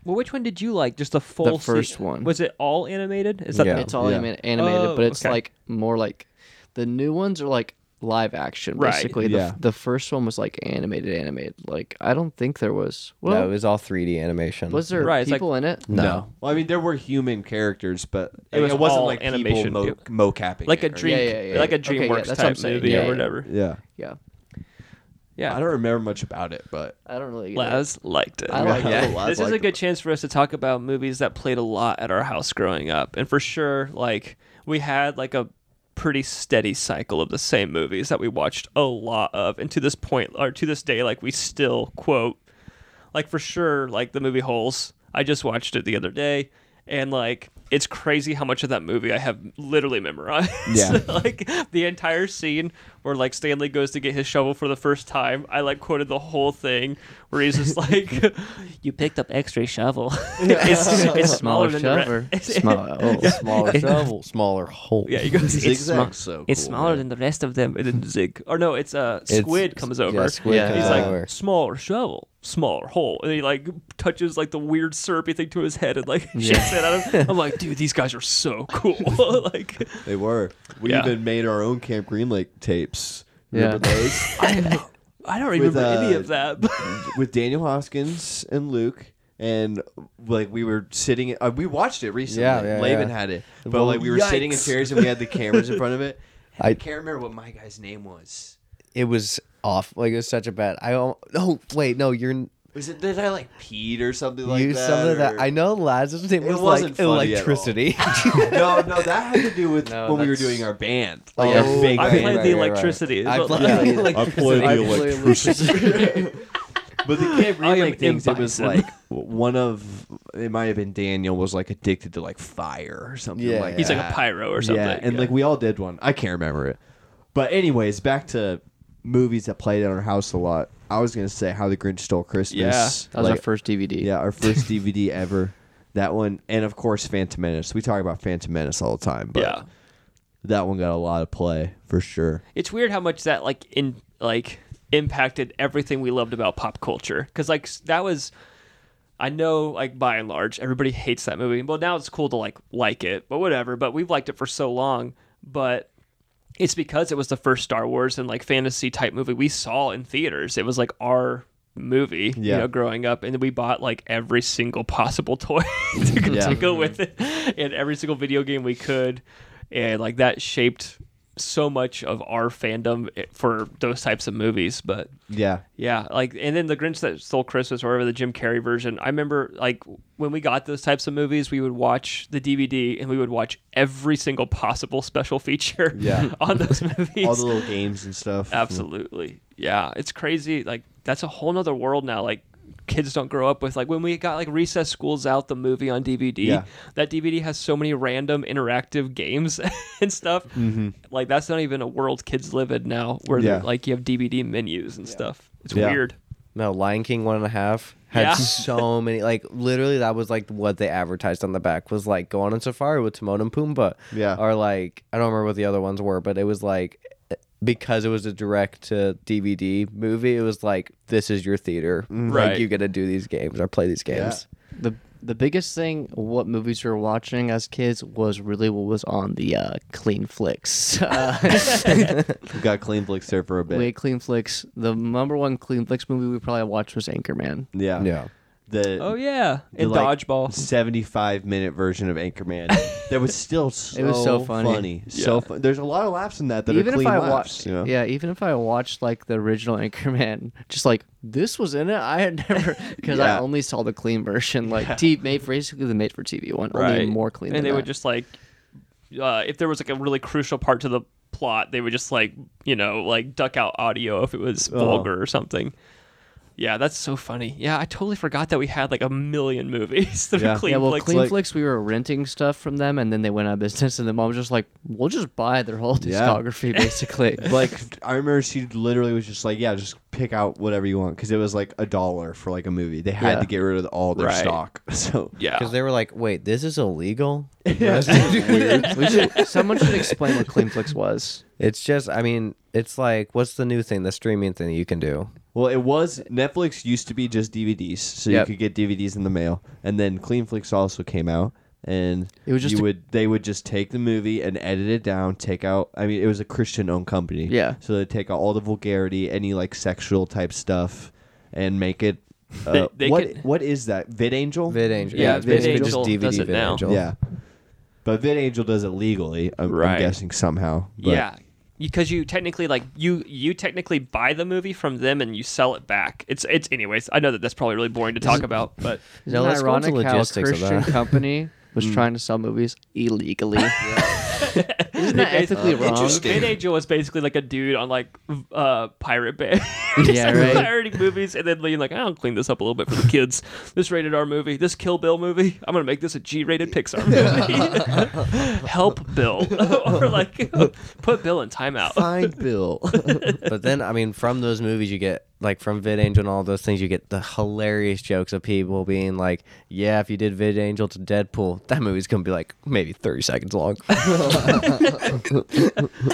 [SPEAKER 1] Well, which one did you like? Just the full se-
[SPEAKER 3] first one.
[SPEAKER 1] Was it all animated? Is that
[SPEAKER 4] Yeah.
[SPEAKER 1] the-
[SPEAKER 3] It's all
[SPEAKER 2] yeah.
[SPEAKER 3] anima- animated,
[SPEAKER 1] Oh,
[SPEAKER 3] but it's
[SPEAKER 1] okay.
[SPEAKER 3] like more like the new ones are like live action.
[SPEAKER 1] Right,
[SPEAKER 3] Basically, the,
[SPEAKER 2] yeah.
[SPEAKER 3] the first one was like animated, animated. Like I don't think there was. Well,
[SPEAKER 4] no, it was all 3D animation.
[SPEAKER 3] was there
[SPEAKER 1] Right, it's like-
[SPEAKER 3] people in it?
[SPEAKER 4] No.
[SPEAKER 2] Well, I mean, there were human characters, but
[SPEAKER 1] It was
[SPEAKER 2] it wasn't
[SPEAKER 1] all
[SPEAKER 2] like
[SPEAKER 1] animation,
[SPEAKER 2] people
[SPEAKER 1] dude.
[SPEAKER 2] mo- mocapping.
[SPEAKER 1] like a
[SPEAKER 2] it or-
[SPEAKER 1] dream,
[SPEAKER 3] Yeah, yeah, yeah,
[SPEAKER 1] like a
[SPEAKER 3] yeah. Okay, yeah,
[SPEAKER 1] DreamWorks
[SPEAKER 3] that's what I'm
[SPEAKER 1] type
[SPEAKER 3] saying.
[SPEAKER 1] movie
[SPEAKER 3] Yeah,
[SPEAKER 1] or
[SPEAKER 3] yeah.
[SPEAKER 1] whatever?
[SPEAKER 2] Yeah.
[SPEAKER 3] Yeah,
[SPEAKER 1] Yeah,
[SPEAKER 2] I don't remember much about it, but
[SPEAKER 3] I don't really. Get it.
[SPEAKER 1] Laz liked it.
[SPEAKER 3] I like
[SPEAKER 2] Yeah.
[SPEAKER 3] it.
[SPEAKER 2] Laz
[SPEAKER 1] this is
[SPEAKER 2] liked
[SPEAKER 1] a
[SPEAKER 2] it.
[SPEAKER 1] good chance for us to talk about movies that played a lot at our house growing up, and for sure, like we had like a pretty steady cycle of the same movies that we watched a lot of, and to this point or to this day, like we still quote, like for sure, like the movie Holes. I just watched it the other day, and like it's crazy how much of that movie I have literally memorized. <laughs>
[SPEAKER 2] Yeah.
[SPEAKER 1] like the entire scene where like Stanley goes to get his shovel for the first time, I like quoted the whole thing where he's just like, <laughs> "You picked up extra shovel. <laughs> it's, it's smaller than the
[SPEAKER 3] shovel.
[SPEAKER 1] re- it's,
[SPEAKER 3] Smaller. Oh,
[SPEAKER 4] smaller shovel, smaller hole.
[SPEAKER 1] <laughs> Yeah, he goes. It's,
[SPEAKER 2] Zigzag's
[SPEAKER 1] sma-
[SPEAKER 2] so
[SPEAKER 1] it's
[SPEAKER 2] cool,
[SPEAKER 1] smaller
[SPEAKER 2] man.
[SPEAKER 1] Oh, <laughs> than the rest of them. And then zig, or no, it's uh,
[SPEAKER 4] It's-
[SPEAKER 1] squid comes over.
[SPEAKER 4] Yeah, squid
[SPEAKER 3] Yeah.
[SPEAKER 4] comes
[SPEAKER 1] He's
[SPEAKER 4] over.
[SPEAKER 1] like smaller shovel, smaller hole, and he like touches like the weird syrupy thing to his head and like <laughs> shakes it at
[SPEAKER 4] <laughs>
[SPEAKER 1] him. I'm like, dude, these guys are so cool. <laughs> like,
[SPEAKER 2] They were. We
[SPEAKER 1] Yeah.
[SPEAKER 2] even made our own Camp Green Lake tapes.
[SPEAKER 3] Yeah.
[SPEAKER 2] Remember those?
[SPEAKER 1] <laughs> I, I don't
[SPEAKER 2] With,
[SPEAKER 1] remember any
[SPEAKER 2] uh,
[SPEAKER 1] of that. <laughs> but-
[SPEAKER 2] With Daniel Hoskins and Luke. And like we were sitting, uh, we watched it recently.
[SPEAKER 4] Yeah, yeah,
[SPEAKER 2] Laban
[SPEAKER 4] yeah.
[SPEAKER 2] had it, but
[SPEAKER 4] Well,
[SPEAKER 2] like we were sitting in
[SPEAKER 4] yikes.
[SPEAKER 2] chairs and we had the cameras in front
[SPEAKER 1] <laughs>
[SPEAKER 2] of it. I,
[SPEAKER 4] I-
[SPEAKER 2] can't remember what my guy's name was.
[SPEAKER 4] It was off. Like it was such a bad. I don't. Oh wait, no, you're.
[SPEAKER 2] Was it did I like Pete or something like
[SPEAKER 4] you
[SPEAKER 2] that?
[SPEAKER 4] something that
[SPEAKER 2] or-
[SPEAKER 4] I know Laz's name
[SPEAKER 2] It
[SPEAKER 4] was
[SPEAKER 2] wasn't
[SPEAKER 4] like
[SPEAKER 2] funny at all.
[SPEAKER 4] electricity.
[SPEAKER 2] <laughs> no, no, that had to do with
[SPEAKER 3] No,
[SPEAKER 2] when we were
[SPEAKER 3] that's-
[SPEAKER 2] doing our band.
[SPEAKER 4] Oh,
[SPEAKER 2] Like our big
[SPEAKER 1] I
[SPEAKER 4] right,
[SPEAKER 1] played
[SPEAKER 2] band.
[SPEAKER 4] right,
[SPEAKER 1] the
[SPEAKER 4] right, right.
[SPEAKER 1] electricity.
[SPEAKER 4] I
[SPEAKER 1] as well.
[SPEAKER 4] played
[SPEAKER 2] <laughs>
[SPEAKER 4] the
[SPEAKER 2] I
[SPEAKER 4] electricity.
[SPEAKER 2] played
[SPEAKER 3] Actually,
[SPEAKER 2] But the <laughs> Camp
[SPEAKER 1] I am
[SPEAKER 2] Green Lake things, it
[SPEAKER 1] in
[SPEAKER 2] was
[SPEAKER 1] bison.
[SPEAKER 2] like w- one of it might have been Daniel was like addicted to like fire or something
[SPEAKER 4] Yeah.
[SPEAKER 2] like
[SPEAKER 1] He's like a
[SPEAKER 4] <laughs>
[SPEAKER 2] that.
[SPEAKER 1] pyro or something.
[SPEAKER 2] Yeah, and like we all did one. I can't remember it. But anyways, back to movies that played at our house a lot. I was gonna say How the Grinch Stole Christmas.
[SPEAKER 1] Yeah.
[SPEAKER 3] That was our first DVD.
[SPEAKER 2] Yeah,
[SPEAKER 1] <laughs>
[SPEAKER 2] our first DVD ever. That one, and of course, Phantom Menace. We talk about Phantom Menace all the time, but
[SPEAKER 1] Yeah.
[SPEAKER 2] that one got a lot of play for sure.
[SPEAKER 1] it's weird how much that like in like impacted everything we loved about pop culture because like s- that was i know like by and large everybody hates that movie well now it's cool to like like it but whatever but we've liked it for so long but it's because it was the first star wars and like fantasy type movie we saw in theaters it was like our movie
[SPEAKER 2] Yeah.
[SPEAKER 1] you know growing up and we bought like every single possible <laughs> toy to, go-
[SPEAKER 2] Yeah.
[SPEAKER 1] to go with it and every single video game we could and like that shaped so much of our fandom i- for those types of movies but
[SPEAKER 2] Yeah,
[SPEAKER 1] yeah like and then the grinch that stole christmas or whatever the jim carrey version i remember like when we got those types of movies we would watch the dvd and we would watch every single possible special feature
[SPEAKER 2] Yeah.
[SPEAKER 1] <laughs> on those movies
[SPEAKER 2] all the little games and stuff.
[SPEAKER 1] Absolutely. Yeah. It's crazy. Like that's a whole nother world now. Like kids don't grow up with like when we got like recess schools out the movie on DVD,
[SPEAKER 2] Yeah.
[SPEAKER 1] that DVD has so many random interactive games <laughs> and stuff. Like that's not even a world kids live in now where
[SPEAKER 2] Mm-hmm. Yeah.
[SPEAKER 1] they're like you have DVD menus and stuff. It's
[SPEAKER 2] Yeah.
[SPEAKER 1] weird.
[SPEAKER 4] No, Lion King one and a half had
[SPEAKER 1] Yeah. <laughs>
[SPEAKER 4] so many. Like literally, that was like what they advertised on the back was like go on a safari with Timon and Pumbaa.
[SPEAKER 2] Yeah.
[SPEAKER 4] or like I don't remember what the other ones were, but it was like because it was a direct to DVD movie, it was like this is your theater.
[SPEAKER 2] Mm-hmm.
[SPEAKER 1] Right.
[SPEAKER 4] like, you get to do these games or play these games.
[SPEAKER 3] The the biggest thing what movies we were watching as kids was really what was on the uh, clean <laughs> flicks. Uh,
[SPEAKER 2] We got clean flicks there for a bit.
[SPEAKER 3] we had clean flicks. The number one clean flicks movie we probably watched was Anchorman.
[SPEAKER 2] yeah,
[SPEAKER 4] Yeah,
[SPEAKER 2] The
[SPEAKER 1] Oh yeah, in
[SPEAKER 2] The, like,
[SPEAKER 1] dodgeball.
[SPEAKER 2] 75 minute version of
[SPEAKER 1] <laughs>
[SPEAKER 2] Anchorman that was still so,
[SPEAKER 3] It was so funny.
[SPEAKER 2] So fun. There's a lot of laughs in that that are
[SPEAKER 3] even if
[SPEAKER 2] clean
[SPEAKER 3] I
[SPEAKER 2] laughs.
[SPEAKER 3] watched,
[SPEAKER 2] you know?
[SPEAKER 3] yeah, even if I watched like the original Anchorman, just like this was in it, I had
[SPEAKER 2] <laughs>
[SPEAKER 3] never because
[SPEAKER 2] Yeah.
[SPEAKER 3] I only saw the clean version, like T made for basically the made for TV one, only more clean.
[SPEAKER 1] And
[SPEAKER 3] than
[SPEAKER 1] they would
[SPEAKER 3] that.
[SPEAKER 1] just like, uh, if there was like a really crucial part to the plot, they would just like, you know, like duck out audio if it was vulgar or something. Yeah, that's so funny. Yeah, I totally forgot that we had like a million movies <laughs> that
[SPEAKER 2] Yeah.
[SPEAKER 1] were clean
[SPEAKER 3] yeah, well,
[SPEAKER 1] flicks.
[SPEAKER 3] Clean
[SPEAKER 2] like-
[SPEAKER 3] Flicks, we were renting stuff from them, and then they went out of business, and the mom was just like, "We'll just buy their whole
[SPEAKER 2] Yeah.
[SPEAKER 3] discography, <laughs> basically."
[SPEAKER 2] like I remember she literally was just like, yeah, just pick out whatever you want because it was like a dollar for like a movie. They had
[SPEAKER 3] Yeah.
[SPEAKER 2] to get rid of all their
[SPEAKER 1] Right.
[SPEAKER 2] stock. <laughs> So
[SPEAKER 1] yeah,
[SPEAKER 4] Because they were like, wait, this
[SPEAKER 1] <laughs>
[SPEAKER 4] is illegal?
[SPEAKER 3] <laughs> We should- someone should explain what Clean Flicks was.
[SPEAKER 4] It's just, I mean, it's like, what's the new thing, the streaming thing that you can do?
[SPEAKER 2] well, it was Netflix used to be just DVDs, so
[SPEAKER 3] Yep.
[SPEAKER 2] you could get DVDs in the mail, and then CleanFlix also came out. And
[SPEAKER 3] It was just
[SPEAKER 2] you
[SPEAKER 3] a-
[SPEAKER 2] would they would just take the movie and edit it down, take out. I mean, it was a Christian-owned company,
[SPEAKER 3] Yeah.
[SPEAKER 2] So they take out all the vulgarity, any like sexual type stuff, and make it. Uh,
[SPEAKER 1] They- they
[SPEAKER 2] what
[SPEAKER 1] could-
[SPEAKER 2] what is that? VidAngel.
[SPEAKER 4] VidAngel.
[SPEAKER 1] Yeah,
[SPEAKER 4] it's basically
[SPEAKER 1] VidAngel does it now.
[SPEAKER 4] VidAngel.
[SPEAKER 2] Yeah. But VidAngel does it legally, I'm, I'm
[SPEAKER 1] Right.
[SPEAKER 2] guessing somehow. But
[SPEAKER 1] yeah, because you technically like you you technically buy the movie from them and you sell it back. It's it's anyways. I know that that's probably really boring to talk about, but
[SPEAKER 3] <laughs> Isn't
[SPEAKER 4] Now
[SPEAKER 3] it
[SPEAKER 4] let's go into
[SPEAKER 3] ironic how a
[SPEAKER 4] logistics of
[SPEAKER 3] Christian
[SPEAKER 4] that.
[SPEAKER 3] company <laughs> Hmm. was trying to sell movies illegally? <laughs> Isn't that uh, ethically wrong?
[SPEAKER 1] Vin Angel was basically like a dude on like v- uh, pirate bay, <laughs>
[SPEAKER 3] <laughs> Yeah, right.
[SPEAKER 1] pirating movies, and then being like, "I'll clean this up a little bit for the kids." This rated R movie, this Kill Bill movie, I'm gonna make this a G-rated <laughs> Pixar movie. <laughs> Help Bill, or like <laughs> put Bill in timeout.
[SPEAKER 4] <laughs>
[SPEAKER 2] Find Bill.
[SPEAKER 4] But then, I mean, from those movies, you get like from VidAngel and all those things, you get the hilarious jokes of people being like, "Yeah, if you did VidAngel to Deadpool, that movie's gonna be like maybe thirty seconds long.
[SPEAKER 3] Uh,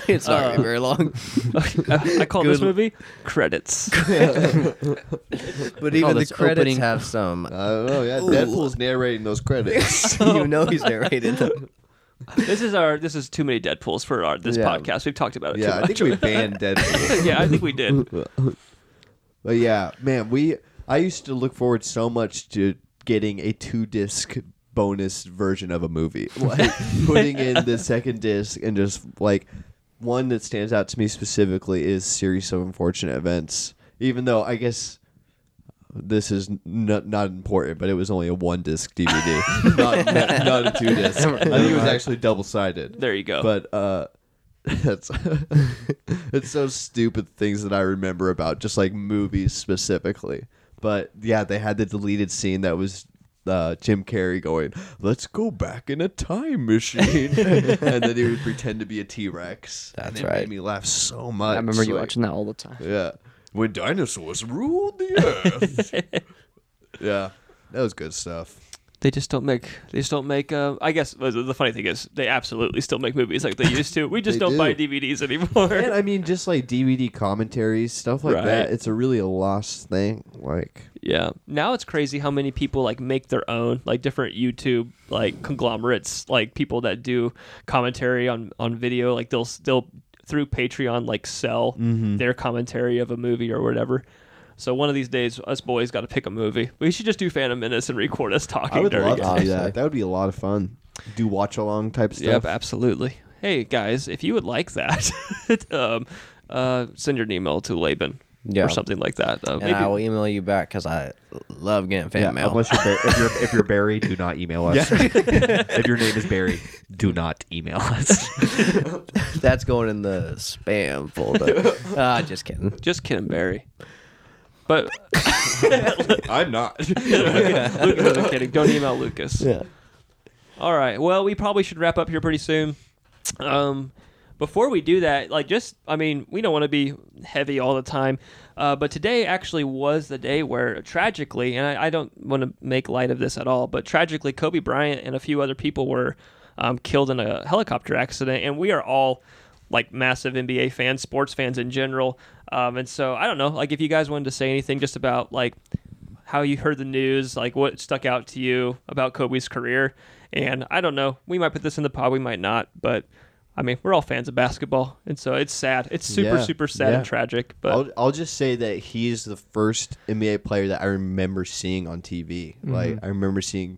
[SPEAKER 4] it's not gonna be very long."
[SPEAKER 1] <laughs> I, I call this
[SPEAKER 4] Good.
[SPEAKER 1] movie credits.
[SPEAKER 4] But
[SPEAKER 3] even
[SPEAKER 4] <laughs> even
[SPEAKER 3] the
[SPEAKER 4] the
[SPEAKER 3] this credits
[SPEAKER 4] credits
[SPEAKER 3] opening-
[SPEAKER 4] <laughs> have some.
[SPEAKER 2] I don't know. Oh, Yeah, Deadpool's narrating those
[SPEAKER 4] <laughs>
[SPEAKER 2] credits.
[SPEAKER 4] you know, he's narrated them.
[SPEAKER 1] this is our this is too many Deadpool's for our this
[SPEAKER 2] Yeah.
[SPEAKER 1] podcast. We've talked about it
[SPEAKER 2] yeah, I
[SPEAKER 1] too
[SPEAKER 2] think we banned Deadpool.
[SPEAKER 1] much. <laughs> yeah, I think we did.
[SPEAKER 2] But yeah, man, we I used to look forward so much to getting a two disc bonus version of a movie. <laughs> Like putting in the second disc and just like one that stands out to me specifically is series of unfortunate events. Even though I guess this is n- not not important, but it was only a one disc DVD, not, not not a two disc. I think it was actually double sided.
[SPEAKER 1] There you go.
[SPEAKER 2] But uh, that's <laughs> it's so stupid things that I remember about just like movies specifically. But yeah, they had the deleted scene that was uh, Jim Carrey going, "Let's go back in a time
[SPEAKER 3] <laughs>
[SPEAKER 2] machine," and then he would pretend to be a T Rex.
[SPEAKER 4] That's
[SPEAKER 2] and it Made
[SPEAKER 4] right.
[SPEAKER 2] me laugh so much.
[SPEAKER 3] I remember you
[SPEAKER 2] like,
[SPEAKER 3] watching that all the time.
[SPEAKER 2] Yeah, when dinosaurs ruled the earth.
[SPEAKER 3] <laughs>
[SPEAKER 2] yeah, that was good stuff.
[SPEAKER 1] they just don't make they just don't make uh, i guess the the funny thing is they absolutely still make movies like <laughs> they used to we just
[SPEAKER 2] They
[SPEAKER 1] don't buy
[SPEAKER 2] do.
[SPEAKER 1] dvds anymore
[SPEAKER 2] And I mean, just like DVD commentaries, stuff like that.
[SPEAKER 1] Right.
[SPEAKER 2] It's a really a lost thing. Like,
[SPEAKER 1] yeah now it's crazy how many people like make their own like different youtube like conglomerates like people that do commentary on on video like they'll they'll through patreon like sell
[SPEAKER 2] Mm-hmm.
[SPEAKER 1] their commentary of a movie or whatever so one of these days us boys got to pick a movie we should just do phantom menace and record us talking
[SPEAKER 2] I would
[SPEAKER 1] during
[SPEAKER 2] love
[SPEAKER 1] it.
[SPEAKER 2] to do that. That would be a lot of fun. Do watch along type stuff.
[SPEAKER 1] Yep, absolutely. Hey guys, if you would like that, <laughs> um, uh, send your email to Laban
[SPEAKER 4] Yeah.
[SPEAKER 1] or something like that. Uh,
[SPEAKER 4] And I will email you back because I love getting fan
[SPEAKER 2] Yeah,
[SPEAKER 4] mail.
[SPEAKER 2] unless you're, Bar- if you're if you're Barry, do not email us. <laughs> if your name is Barry, do not email us.
[SPEAKER 4] That's going in the spam folder. <laughs> Ah, just kidding.
[SPEAKER 1] just kidding, Barry. But
[SPEAKER 2] <laughs> I'm not.
[SPEAKER 1] Lucas, I'm kidding. Don't email Lucas.
[SPEAKER 4] Yeah.
[SPEAKER 1] All right. Well, we probably should wrap up here pretty soon. Um, before we do that, like, just I mean, we don't want to be heavy all the time, uh, but today actually was the day where tragically, and I, I don't want to make light of this at all, but tragically, Kobe Bryant and a few other people were um, killed in a helicopter accident, and we are all like massive NBA fans, sports fans in general, um, and so I don't know, like, if you guys wanted to say anything just about like how you heard the news, like what stuck out to you about Kobe's career. And I don't know, we might put this in the pod, we might not, but I mean, we're all fans of basketball, and so it's sad. It's super,
[SPEAKER 2] Yeah,
[SPEAKER 1] super sad
[SPEAKER 2] yeah.
[SPEAKER 1] and tragic. But
[SPEAKER 2] I'll, I'll just say that he's the first NBA player that I remember seeing on TV.
[SPEAKER 1] Mm-hmm.
[SPEAKER 2] Like I remember seeing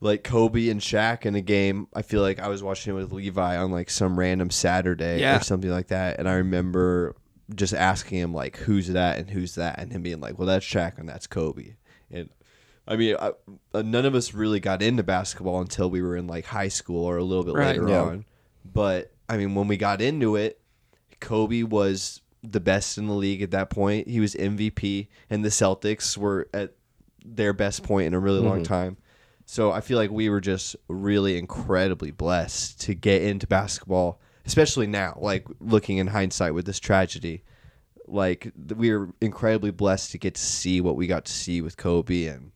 [SPEAKER 2] like Kobe and Shaq in a game. I feel like I was watching it with Levi on like some random Saturday
[SPEAKER 1] Yeah.
[SPEAKER 2] or something like that, and I remember just asking him like, "Who's that?" and "Who's that?" and him being like, "Well, that's Shaq and that's Kobe." And I mean, I, uh, none of us really got into basketball until we were in like high school or a little bit
[SPEAKER 1] Right.
[SPEAKER 2] later
[SPEAKER 4] Yeah.
[SPEAKER 2] on. But I mean, when we got into it, Kobe was the best in the league at that point. He was MVP, and the Celtics were at their best point in a really long time. So I feel like we were just really incredibly blessed to get into basketball, especially now, like looking in hindsight with this tragedy. Like th- we were incredibly blessed to get to see what we got to see with Kobe and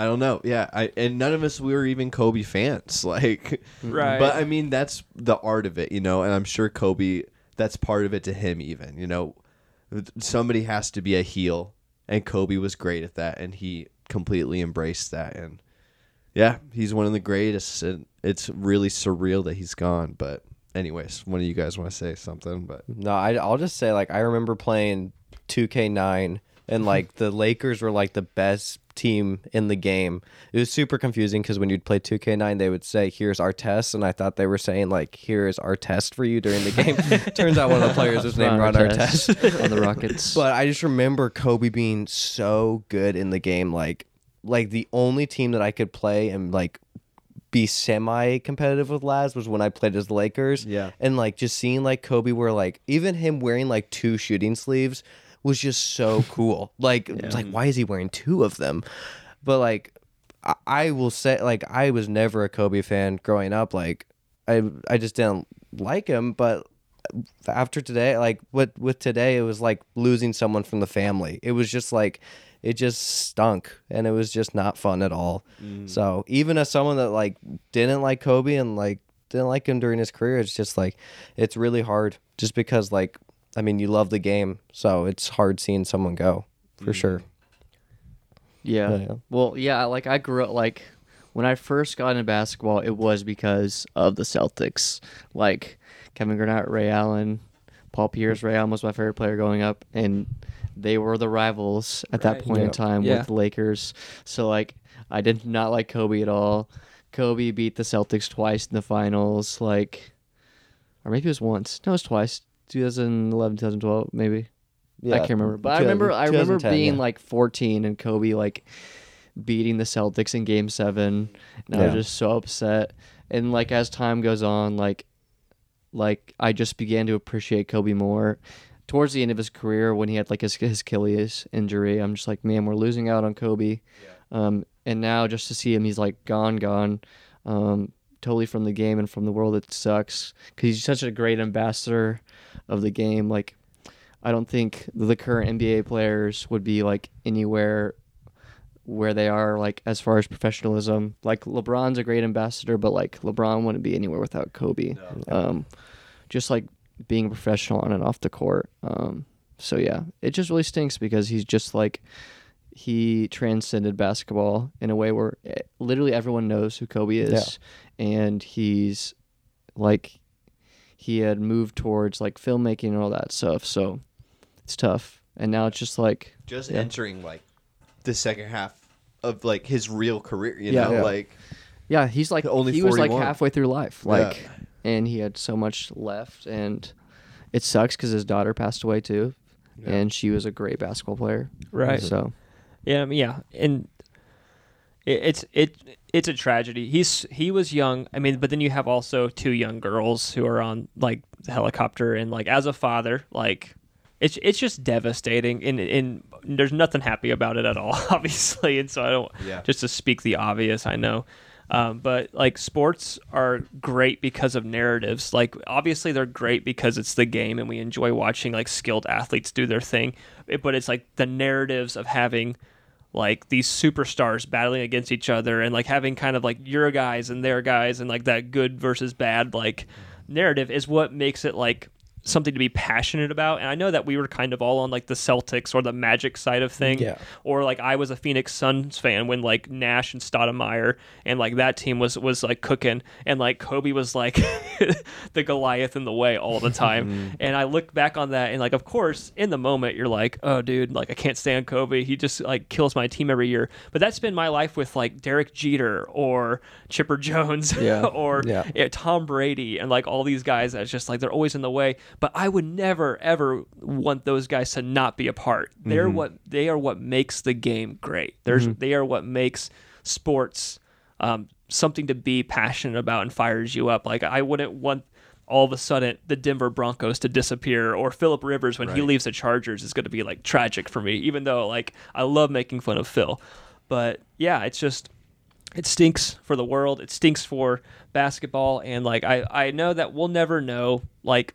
[SPEAKER 2] I don't know. Yeah, I and none of us we were even Kobe fans. <laughs> Like
[SPEAKER 1] Right.
[SPEAKER 2] But I mean that's the art of it, you know, and I'm sure Kobe that's part of it to him even, you know. Somebody has to be a heel and Kobe was great at that and he completely embraced that and yeah, he's one of the greatest and it's really surreal that he's gone, but anyways, one of you guys want to say something, but
[SPEAKER 4] No, I, I'll just say like I remember playing 2K9 and like the Lakers were like the best team in the game. It was super confusing because when you'd play 2K9, they would say, "Here's our test," and I thought they were saying like, "Here is our test for you during the game." Turns out one of the players was named Ron Artest.
[SPEAKER 3] <laughs> on the Rockets.
[SPEAKER 4] But I just remember Kobe being so good in the game. Like, like the only team that I could play and like be semi competitive with Laz was when I played as the Lakers.
[SPEAKER 2] Yeah.
[SPEAKER 4] And like just seeing like Kobe where like even him wearing like two shooting sleeves was just so cool. Like it's like why is he wearing two of them? But like I, I will say like I was never a Kobe fan growing up. Like I I just didn't like him, but after today, like with with today, it was like losing someone from the family. It was just like it just stunk, and it was just not fun at all. So even as someone that like didn't like Kobe and like didn't like him during his career, it's just like it's really hard, just because like I mean you love the game, so it's hard seeing someone go for sure.
[SPEAKER 3] Yeah.
[SPEAKER 4] Yeah.
[SPEAKER 3] Well, yeah, like I grew up like when I first got into basketball, it was because of the Celtics. Like Kevin Garnett, Ray Allen, Paul Pierce, Ray Allen was my favorite player growing up, and they were the rivals at that
[SPEAKER 1] Right.
[SPEAKER 3] point in
[SPEAKER 4] Yeah.
[SPEAKER 3] time
[SPEAKER 1] Yeah.
[SPEAKER 3] with the Lakers. So like I did not like Kobe at all. Kobe beat the Celtics twice in the finals, like or maybe it was once. No, it was twice. 2011, 2012, maybe. I can't remember, but I remember I remember
[SPEAKER 4] 2010,
[SPEAKER 3] being
[SPEAKER 4] yeah.
[SPEAKER 3] like 14 and Kobe like beating the Celtics in Game Seven, and I was
[SPEAKER 4] Yeah.
[SPEAKER 3] just so upset. And like as time goes on, like like I just began to appreciate Kobe more. Towards the end of his career, when he had like his his Achilles injury, I'm just like, man, we're losing out on Kobe. Um, and now just to see him, he's like gone, gone, um, totally from the game and from the world. It sucks because he's such a great ambassador of the game. Like, I don't think the current NBA players would be like anywhere where they are like as far as professionalism. Like LeBron's a great ambassador, but like LeBron wouldn't be anywhere without Kobe. Um, just like being a professional on and off the court. Um, so yeah, it just really stinks because he's just like he transcended basketball in a way where eh, literally everyone knows who Kobe is, and he's like he had moved towards like filmmaking and all that stuff. So it's tough. And now it's just like
[SPEAKER 2] just
[SPEAKER 3] Yeah.
[SPEAKER 2] entering like the second half of like his real career, you
[SPEAKER 3] Yeah.
[SPEAKER 2] know,
[SPEAKER 3] Yeah.
[SPEAKER 2] like
[SPEAKER 3] Yeah, he's like
[SPEAKER 2] Only
[SPEAKER 3] he was like
[SPEAKER 2] 41.
[SPEAKER 3] halfway through life, like, and he had so much left, and it sucks because his daughter passed away too, and she was a great basketball player,
[SPEAKER 1] Right.
[SPEAKER 3] <laughs> So
[SPEAKER 1] Yeah, I mean, yeah, and it, it's it it's a tragedy. He's he was young. I mean, but then you have also two young girls who are on like the helicopter, and like as a father, like it's it's just devastating, and and there's nothing happy about it at all, <laughs> obviously. And so I don't
[SPEAKER 2] Yeah.
[SPEAKER 1] just to speak the obvious, I know. Um, but like sports are great because of narratives. Like obviously they're great because it's the game and we enjoy watching like skilled athletes do their thing. It- but it's like the narratives of having like these superstars battling against each other and like having kind of like your guys and their guys and like that good versus bad like narrative is what makes it like something to be passionate about. And I know that we were kind of all on like the Celtics or the Magic side of thing.
[SPEAKER 4] Yeah.
[SPEAKER 1] Or like I was a Phoenix Suns fan when like Nash and Stoudemire and like that team was was like cooking and like Kobe was like <laughs> the Goliath in the way all the
[SPEAKER 4] <laughs> Mm-hmm.
[SPEAKER 1] time. and I look back on that and like of course in the moment you're like, oh dude, like I can't stand Kobe. He just like kills my team every year. But that's been my life with like Derek Jeter or Chipper Jones <laughs>
[SPEAKER 3] Yeah.
[SPEAKER 1] or
[SPEAKER 4] Yeah.
[SPEAKER 1] yeah, Tom Brady and like all these guys that's just like they're always in the way. But I would never ever want those guys to not be a part. They're what they are what makes the game great. There's they are what makes sports um, something to be passionate about and fires you up. Like I wouldn't want all of a sudden the Denver Broncos to disappear or Philip Rivers when he leaves the Chargers is going to be like tragic for me. Even though like I love making fun of Phil, but yeah, it's just it stinks for the world. It stinks for basketball. And like I, I know that we'll never know. Like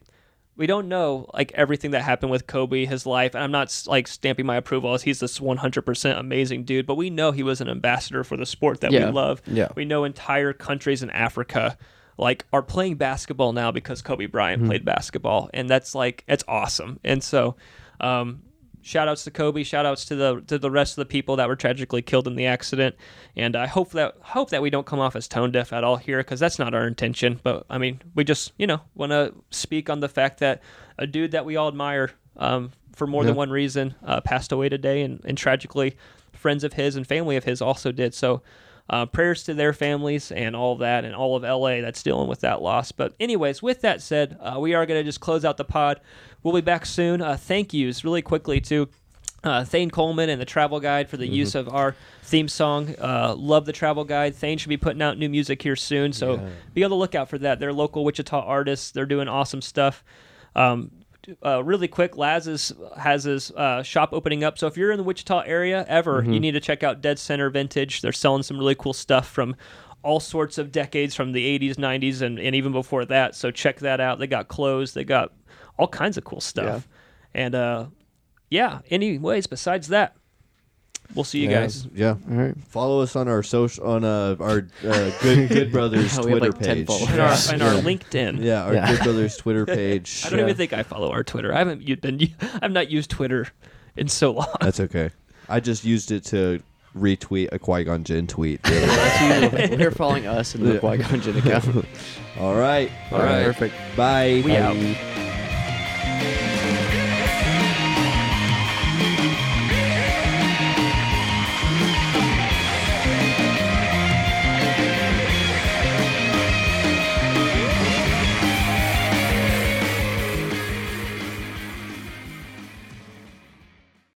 [SPEAKER 1] we don't know like everything that happened with Kobe, his life. And I'm not like stamping my approval as he's this 100% amazing dude, but we know he was an ambassador for the sport that
[SPEAKER 3] Yeah.
[SPEAKER 1] we love.
[SPEAKER 4] Yeah.
[SPEAKER 1] We know entire countries in Africa like are playing basketball now because Kobe Bryant played basketball. And that's like it's awesome. And so um shout outs to Kobe, shout outs to the to the rest of the people that were tragically killed in the accident. And I hope that hope that we don't come off as tone deaf at all here because that's not our intention. But I mean, we just, you know, want to speak on the fact that a dude that we all admire um, for more than one reason uh, passed away today and, and tragically friends of his and family of his also did. So uh, prayers to their families and all that, and all of LA that's dealing with that loss. But, anyways, with that said, uh, we are going to just close out the pod. We'll be back soon. Uh, thank yous really quickly to uh, Thane Coleman and the Travel Guide for the use of our theme song. Uh, love the Travel Guide. Thane should be putting out new music here soon, so be on the lookout for that. They're local Wichita artists. They're doing awesome stuff. Um, uh, really quick, Laz is, has his uh, shop opening up. So if you're in the Wichita area ever,
[SPEAKER 2] Mm-hmm.
[SPEAKER 1] you need to check out Dead Center Vintage. They're selling some really cool stuff from all sorts of decades from the 80s, 90s, and, and even before that. So check that out. They got clothes, they got all kinds of cool stuff. And uh, yeah, anyways, besides that, we'll see you guys.
[SPEAKER 2] Yeah.
[SPEAKER 3] All right.
[SPEAKER 2] Follow us on our social on uh, our uh, good good brothers
[SPEAKER 3] We have,
[SPEAKER 2] Twitter
[SPEAKER 3] like, 10
[SPEAKER 2] page.
[SPEAKER 3] followers.
[SPEAKER 1] And our, and our LinkedIn.
[SPEAKER 2] Yeah, our
[SPEAKER 4] Yeah.
[SPEAKER 2] good brothers Twitter page.
[SPEAKER 1] I don't
[SPEAKER 3] Yeah.
[SPEAKER 1] even think I follow our Twitter. I haven't you've been <laughs> I've not used Twitter in so long.
[SPEAKER 2] That's okay. I just used it to retweet a Qui Gon Jinn tweet. the other
[SPEAKER 3] <laughs>
[SPEAKER 2] day.
[SPEAKER 3] We're following us in the
[SPEAKER 2] Yeah.
[SPEAKER 3] <laughs> Qui Gon Jinn account.
[SPEAKER 2] All right.
[SPEAKER 4] All right. Perfect.
[SPEAKER 2] Bye.
[SPEAKER 1] We out.
[SPEAKER 3] Um,